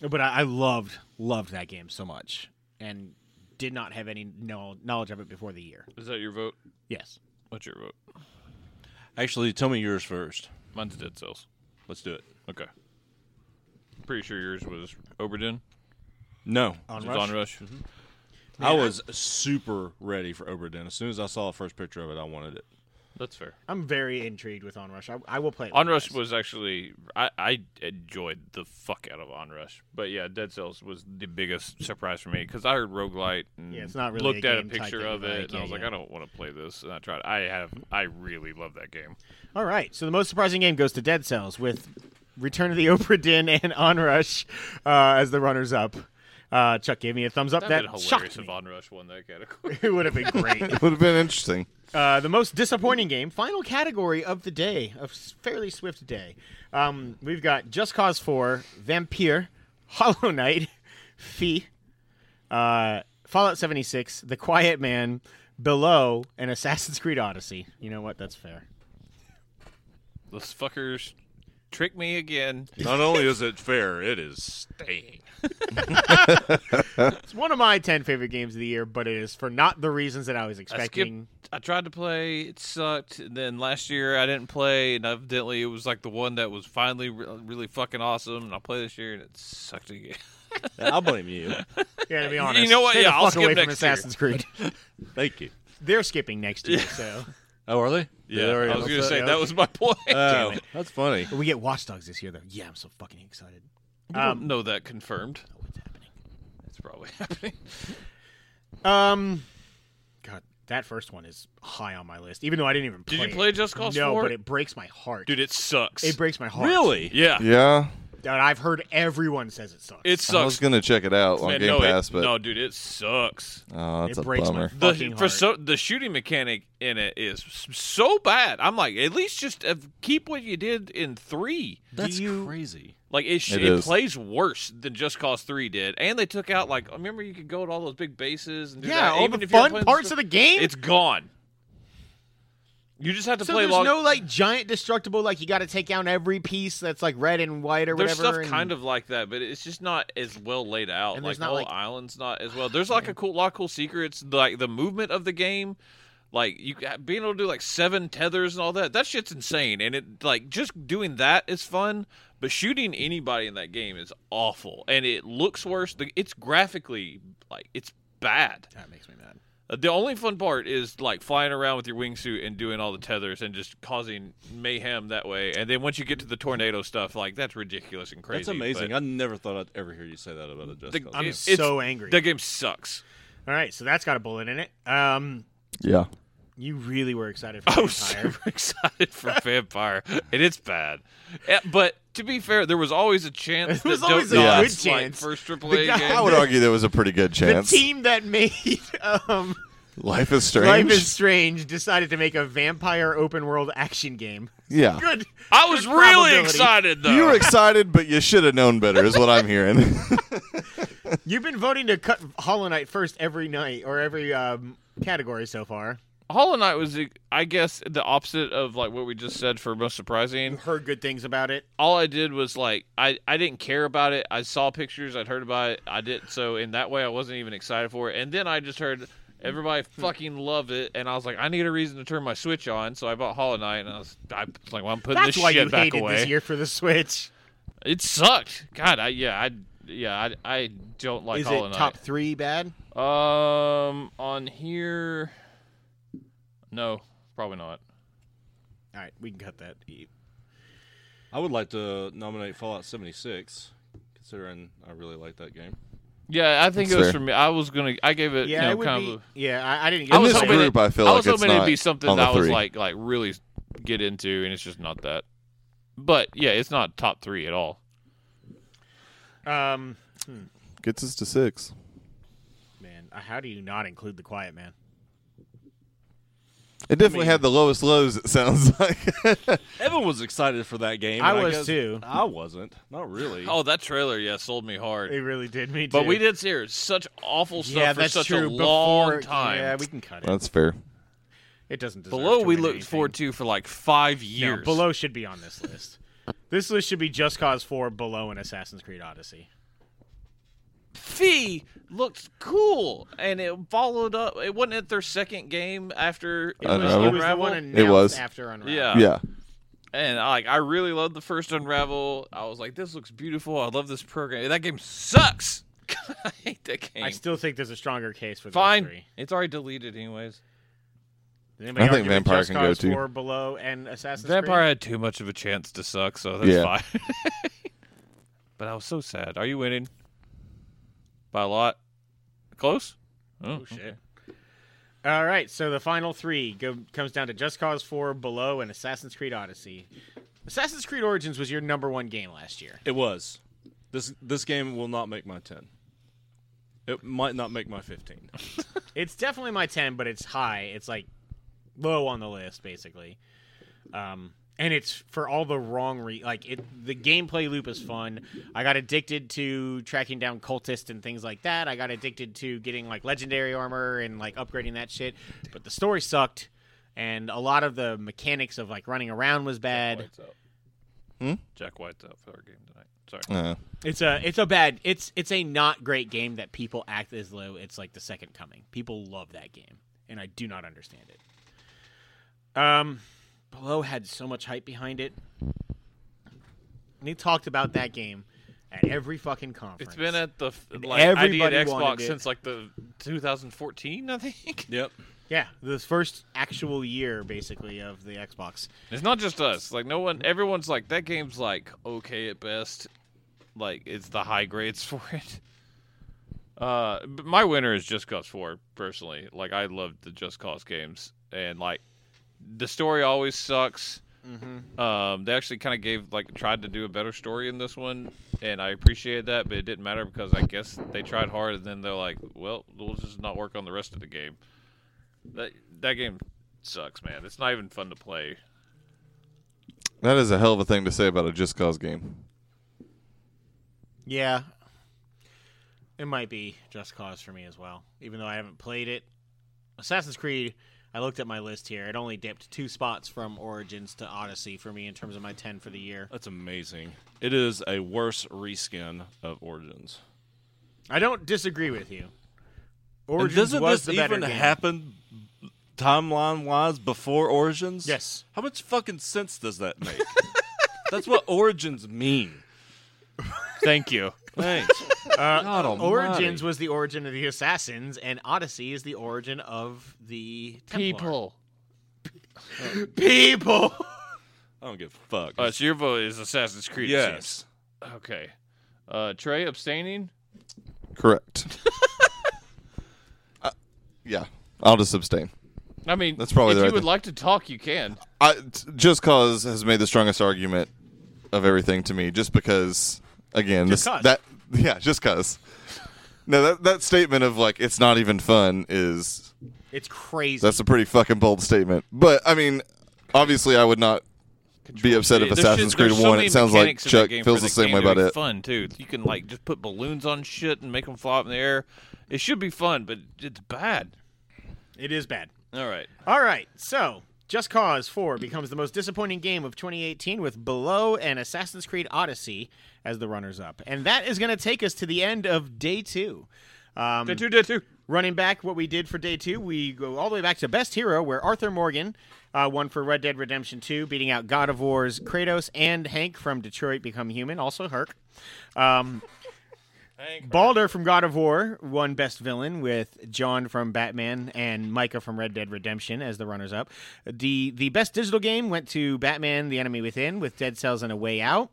S1: but I, I loved loved that game so much, and did not have any no, knowledge of it before the year.
S5: is that your vote?
S1: Yes.
S5: What's your vote?
S3: Actually, tell me yours first.
S5: Mine's Dead Cells.
S3: Let's do it.
S5: Okay. Pretty sure yours was Oberdin.
S3: No,
S1: On
S5: It
S1: Rush.
S5: was on Rush.
S3: I was super ready for Oberdin. As soon as I saw the first picture of it, I wanted it.
S5: That's fair.
S1: I'm very intrigued with Onrush. I, I will play it.
S5: Onrush was actually I, I enjoyed the fuck out of Onrush, but yeah, Dead Cells was the biggest surprise for me because I heard Roguelite and
S1: Yeah, it's not really
S5: looked
S1: a
S5: at a
S1: game type
S5: picture
S1: that you
S5: of it
S1: like,
S5: and
S1: yeah,
S5: I was like,
S1: yeah.
S5: I don't want to play this, and I tried. I have I really love that game.
S1: All right. So the most surprising game goes to Dead Cells with Return of the Oprah Din and Onrush uh, as the runners up. Uh, Chuck gave me a thumbs up.
S5: That'd
S1: that
S5: been
S1: shocked
S5: hilarious
S1: me.
S5: if Onrush won that category.
S1: it would have been great.
S4: It would have been interesting.
S1: Uh, the most disappointing game, final category of the day, a s- fairly swift day. Um, we've got Just Cause 4, Vampire, Hollow Knight, Fee, uh, Fallout 76, The Quiet Man, Below, and Assassin's Creed Odyssey. You know what? That's fair.
S5: Those fuckers trick me again.
S3: Not only is it fair, it is
S5: Dang.
S1: It's one of my 10 favorite games of the year, but it is for not the reasons that I was
S5: I
S1: expecting.
S5: skipped. I tried to play. It sucked. And then last year I didn't play, and evidently it was like the one that was finally re- really fucking awesome. And I played this year, and it sucked again.
S3: I blame you.
S1: yeah, to be honest.
S5: know what?
S1: Stay the
S5: Yeah, I'll
S1: fuck
S5: skip
S1: away from
S5: next year.
S1: Assassin's Creed.
S3: Thank you.
S1: They're skipping next year, so.
S3: Oh, are they?
S5: Yeah,
S3: They already
S5: I was
S3: announced
S5: gonna
S3: that?
S5: say that was my point.
S1: Uh,
S3: Oh, that's funny.
S1: We get Watch Dogs this year, though. Yeah, I'm so fucking excited.
S5: Um, no, that confirmed.
S1: What's happening?
S5: That's probably happening.
S1: Um, God, that first one is high on my list. Even though I didn't even play
S5: Did you
S1: it.
S5: play Just Cause
S1: no,
S5: 4?
S1: but it breaks my heart.
S5: Dude, it sucks.
S1: it breaks my heart.
S3: Really?
S5: yeah,
S4: Yeah,
S1: Dude, I've heard everyone says it sucks.
S5: it
S4: I was
S5: sucks.
S4: gonna check it out on
S5: Man,
S4: Game
S5: no,
S4: Pass,
S5: it,
S4: but
S5: no, dude, it sucks.
S4: oh, that's
S1: It
S4: a
S1: breaks my
S4: bummer.
S5: The
S1: fucking
S5: for
S1: heart.
S5: so the shooting mechanic in it is so bad. I'm like, at least just uh, keep what you did in three.
S3: That's
S1: you-
S3: crazy.
S5: Like it, sh-
S4: It
S5: it,
S4: is.
S5: plays worse than Just Cause Three did, and they took out like remember you could go to all those big bases and do
S1: yeah,
S5: that.
S1: all
S5: Even
S1: the
S5: if you were
S1: fun
S5: playing
S1: parts
S5: the
S1: of the game.
S5: it's gone. You just have to
S1: so
S5: play
S1: there's
S5: long.
S1: no like giant destructible. Like you got to take down every piece that's like red and white or
S5: There's
S1: whatever.
S5: stuff
S1: and-
S5: kind of like that, but it's just not as well laid out.
S1: And
S5: like
S1: there's
S5: the
S1: not,
S5: whole
S1: like-
S5: island's not as well. There's like a cool lot of cool secrets, like the movement of the game, like you being able to do like seven tethers and all that. That shit's insane, and it like just doing that is fun. But shooting anybody in that game is awful, and it looks worse. The- It's graphically like it's bad.
S1: That makes me mad.
S5: Uh, The only fun part is like flying around with your wingsuit and doing all the tethers and just causing mayhem that way. And then once you get to the tornado stuff, like that's ridiculous and crazy.
S3: That's amazing.
S5: but
S3: I never thought I'd ever hear you say that about a Just
S5: The-
S3: Cause.
S1: I'm
S5: It- it's-
S1: so angry.
S5: That game sucks.
S1: All right, so that's got a bullet in it. Um,
S4: Yeah,
S1: you really were excited for
S5: I was
S1: Vampire.
S5: super excited for Vampire, and it's bad. Eh, But to be fair, there was always a chance.
S1: There was
S5: that
S1: always
S5: Don't
S1: a
S5: Nod,
S1: good
S5: like,
S1: chance.
S5: first
S1: The
S5: AAA
S1: guy-
S5: game.
S4: I would argue there was a pretty good
S1: The
S4: chance.
S1: team that made um,
S4: Life is strange.
S1: Life is Strange decided to make a vampire open world action game.
S4: yeah,
S1: Good.
S5: I was
S1: good
S5: really
S1: probability.
S5: excited though.
S4: you were excited, but you should have known better, is what I'm hearing.
S1: You've been voting to cut Hollow Knight first every night or every um, category so far.
S5: Hollow Knight was, I guess, the opposite of like what we just said for most surprising.
S1: You heard good things about it.
S5: all I did was like I, I didn't care about it. I saw pictures, I'd heard about it, I did so in that way I wasn't even excited for it. And then I just heard everybody
S1: Hmm.
S5: fucking loved it and I was like, I need a reason to turn my switch on, so I bought Hollow Knight and I was, I was like, Well I'm putting
S1: That's
S5: this
S1: why
S5: shit
S1: you
S5: back
S1: hated
S5: away.
S1: this year for the Switch.
S5: It sucked. God, I yeah, I yeah, I, I don't like
S1: Is
S5: Hollow Um,
S1: it
S5: Knight.
S1: top three bad?
S5: Um on here
S2: No, probably not.
S1: All right, we can cut that.
S3: I would like to nominate Fallout 76, considering I really like that game.
S2: Yeah, I think
S4: That's
S2: it was
S4: fair.
S2: for me. I was gonna. I gave it.
S1: Yeah,
S2: you know,
S1: it would
S2: kind
S1: be,
S2: of. a-
S1: yeah, I, I didn't.
S2: I
S1: get
S2: was
S1: it.
S2: hoping
S4: group,
S2: it,
S4: I feel
S2: I
S4: like
S2: was
S4: it's
S2: hoping it'd
S4: not
S2: be something
S4: on the
S2: that I was
S4: three.
S2: like like really get into, and it's just not that. But yeah, it's not top three at all.
S1: Um,
S4: Gets us to six.
S1: man, uh, how do you not include the Quiet Man?
S4: It definitely had the lowest lows. It sounds like.
S3: Evan was excited for that game.
S1: I
S3: and
S1: was
S3: guess-
S1: too.
S3: I wasn't. Not really.
S5: Oh, that trailer, yeah, sold me hard.
S1: It really did me.
S5: but
S1: too.
S5: we did see her such awful stuff
S1: Yeah,
S5: for
S1: that's
S5: such
S1: true.
S5: a long
S1: Before-
S5: time.
S1: Yeah, we can cut it.
S4: That's fair.
S1: It doesn't. Deserve
S5: Below
S1: to
S5: we
S1: win
S5: looked
S1: anything.
S5: forward to for like five
S1: No,
S5: years.
S1: below should be on this list. this list should be Just Cause Four, Below, and Assassin's Creed Odyssey.
S5: Fee looked cool, and it followed up. It wasn't it their second game after
S1: It
S4: I
S1: was,
S4: know.
S1: it was the one
S5: Unravel?
S1: announced
S4: was.
S1: after Unravel.
S5: Yeah.
S4: Yeah.
S5: and like I really loved the first Unravel. I was like, this looks beautiful. I love this program. That game sucks. I hate that game.
S1: I still think there's a stronger case for those
S5: Fine,
S1: three.
S5: it's already deleted anyways.
S1: Does anybody
S4: I think
S1: argue with
S4: Vampire
S1: Just
S4: can go
S1: Cause
S4: too.
S1: 4, Below, and Assassin's
S5: Vampire
S1: Creed.
S5: had too much of a chance to suck, so that's
S4: Yeah.
S5: fine. but I was so sad. Are you winning? By a lot? Close? Oh,
S1: shit. All right, so the final three go, comes down to Just Cause 4, Below, and Assassin's Creed Odyssey. Assassin's Creed Origins was your number one game last year.
S3: It was. This this game will not make my ten. It might not make my fifteen.
S1: It's definitely my 10, but it's high. It's like low on the list, basically. Um, and it's for all the wrong re like it the gameplay loop is fun. I got addicted to tracking down cultists and things like that. I got addicted to getting like legendary armor and like upgrading that shit. But the story sucked and a lot of the mechanics of like running around was bad.
S2: White's up.
S4: Hmm?
S2: Jack White's up for our game tonight. Sorry.
S4: Uh,
S1: It's a it's a bad it's it's a not great game that people act as though it's like the second coming. People love that game, and I do not understand it. Um, Below had so much hype behind it, and he talked about that game at every fucking conference.
S5: It's been at the f-
S1: And
S5: like ID at
S1: everybody wanted
S5: Xbox
S1: it.
S5: since like the 2014, I think.
S3: Yep.
S1: yeah, the first actual year basically of the Xbox.
S5: It's not just us. Like no one, everyone's like that game's like okay at best. Like it's the high grades for it.
S2: Uh, but my winner is Just Cause 4 personally. Like I love the Just Cause games, and like the story always sucks. Um, they actually kind of gave like tried to do a better story in this one, and I appreciated that, but it didn't matter because I guess they tried hard, and then they're like, well, we'll just not work on the rest of the game. That that game sucks, man. It's not even fun to play.
S4: that is a hell of a thing to say about a Just Cause game.
S1: Yeah, it might be Just Cause for me as well, even though I haven't played it. Assassin's Creed, I looked at my list here. It only dipped two spots from Origins to Odyssey for me in terms of my 10 for the year.
S3: That's amazing. It is a worse reskin of Origins.
S1: I don't disagree with you.
S3: And
S1: Origins
S3: doesn't
S1: was
S3: this
S1: the better
S3: even
S1: game.
S3: happen timeline wise before Origins?
S1: Yes.
S3: How much fucking sense does that make? That's what Origins mean.
S5: Thank you.
S3: Thanks. God almighty.
S1: Uh, Origins was the origin of the Assassins, and Odyssey is the origin of the Templar. People.
S3: I don't give a fuck.
S2: Uh, so your vote is Assassin's Creed. it
S3: yes.
S2: seems. Okay. Uh, Trey abstaining.
S4: Correct. Uh, yeah, I'll just abstain.
S2: I mean,
S4: That's probably
S2: if
S4: the
S2: you
S4: right
S2: would
S4: thing.
S2: like to talk, you can.
S4: I, t- just Cause has made the strongest argument of everything to me, just because. Again,
S1: Just
S4: this,
S1: 'cause.
S4: that yeah, just cause. No, that that statement of like it's not even fun is
S1: It's crazy.
S4: that's a pretty fucking bold statement. But I mean, obviously, I would not be upset if
S5: There's
S4: Assassin's
S5: just-
S4: Creed
S5: there's so
S4: One.
S5: many
S4: It sounds like
S5: mechanics in
S4: Chuck
S5: that game
S4: feels
S5: for
S4: the same
S5: game
S4: way
S5: to
S4: about
S5: make
S4: it.
S5: Fun too. You can like just put balloons on shit and make them fly up in the air. It should be fun, but it's bad.
S1: it is bad.
S5: All right.
S1: All right, so Just Cause 4 becomes the most disappointing game of 2018 with Below and Assassin's Creed Odyssey as the runners up. And that is going to take us to the end of day two. Um,
S2: Did two, did two.
S1: running back what we did for day two, we go all the way back to Best Hero, where Arthur Morgan uh, won for Red Dead Redemption 2, beating out God of War's Kratos and Hank from Detroit Become Human, also Herc. Um,
S5: Hank.
S1: Balder from God of War won Best Villain with John from Batman and Micah from Red Dead Redemption as the runners up. The the best digital game went to Batman The Enemy Within with Dead Cells and A Way Out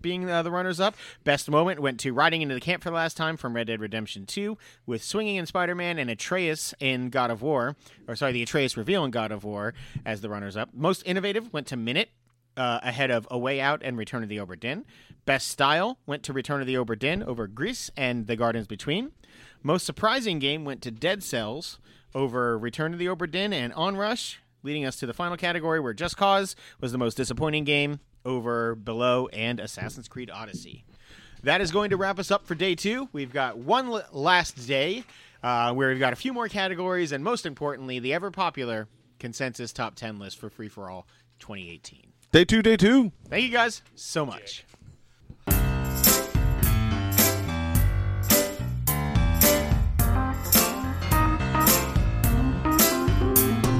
S1: being uh, the runners up. Best moment went to Riding into the Camp for the Last Time from Red Dead Redemption 2 with Swinging in Spider Man and Atreus in God of War, or sorry, the Atreus reveal in God of War as the runners up. Most innovative went to Minute uh, ahead of A Way Out and Return of the Oberdin. Best style went to Return of the Oberdin over Greece and The Gardens Between. Most surprising game went to Dead Cells over Return of the Oberdin and Onrush, leading us to the final category where Just Cause was the most disappointing game over Below and Assassin's Creed Odyssey. That is going to wrap us up for day two. We've got one l- last day uh, where we've got a few more categories, and most importantly, the ever popular consensus top 10 list for Free for All 2018.
S4: Day two, day two.
S1: Thank you guys so much.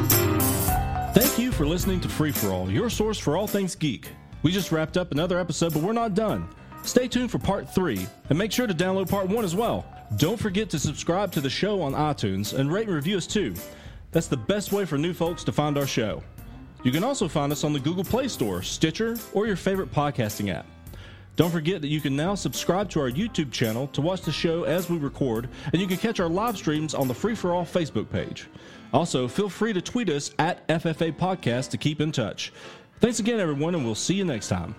S7: Thank you for listening to Free For All, your source for all things geek. We just wrapped up another episode, but we're not done. Stay tuned for part three, and make sure to download part one as well. Don't forget to subscribe to the show on iTunes and rate and review us too. That's the best way for new folks to find our show. You can also find us on the Google Play Store, Stitcher, or your favorite podcasting app. Don't forget that you can now subscribe to our YouTube channel to watch the show as we record, and you can catch our live streams on the Free For All Facebook page. Also, feel free to tweet us at FFA Podcast to keep in touch. Thanks again, everyone, and we'll see you next time.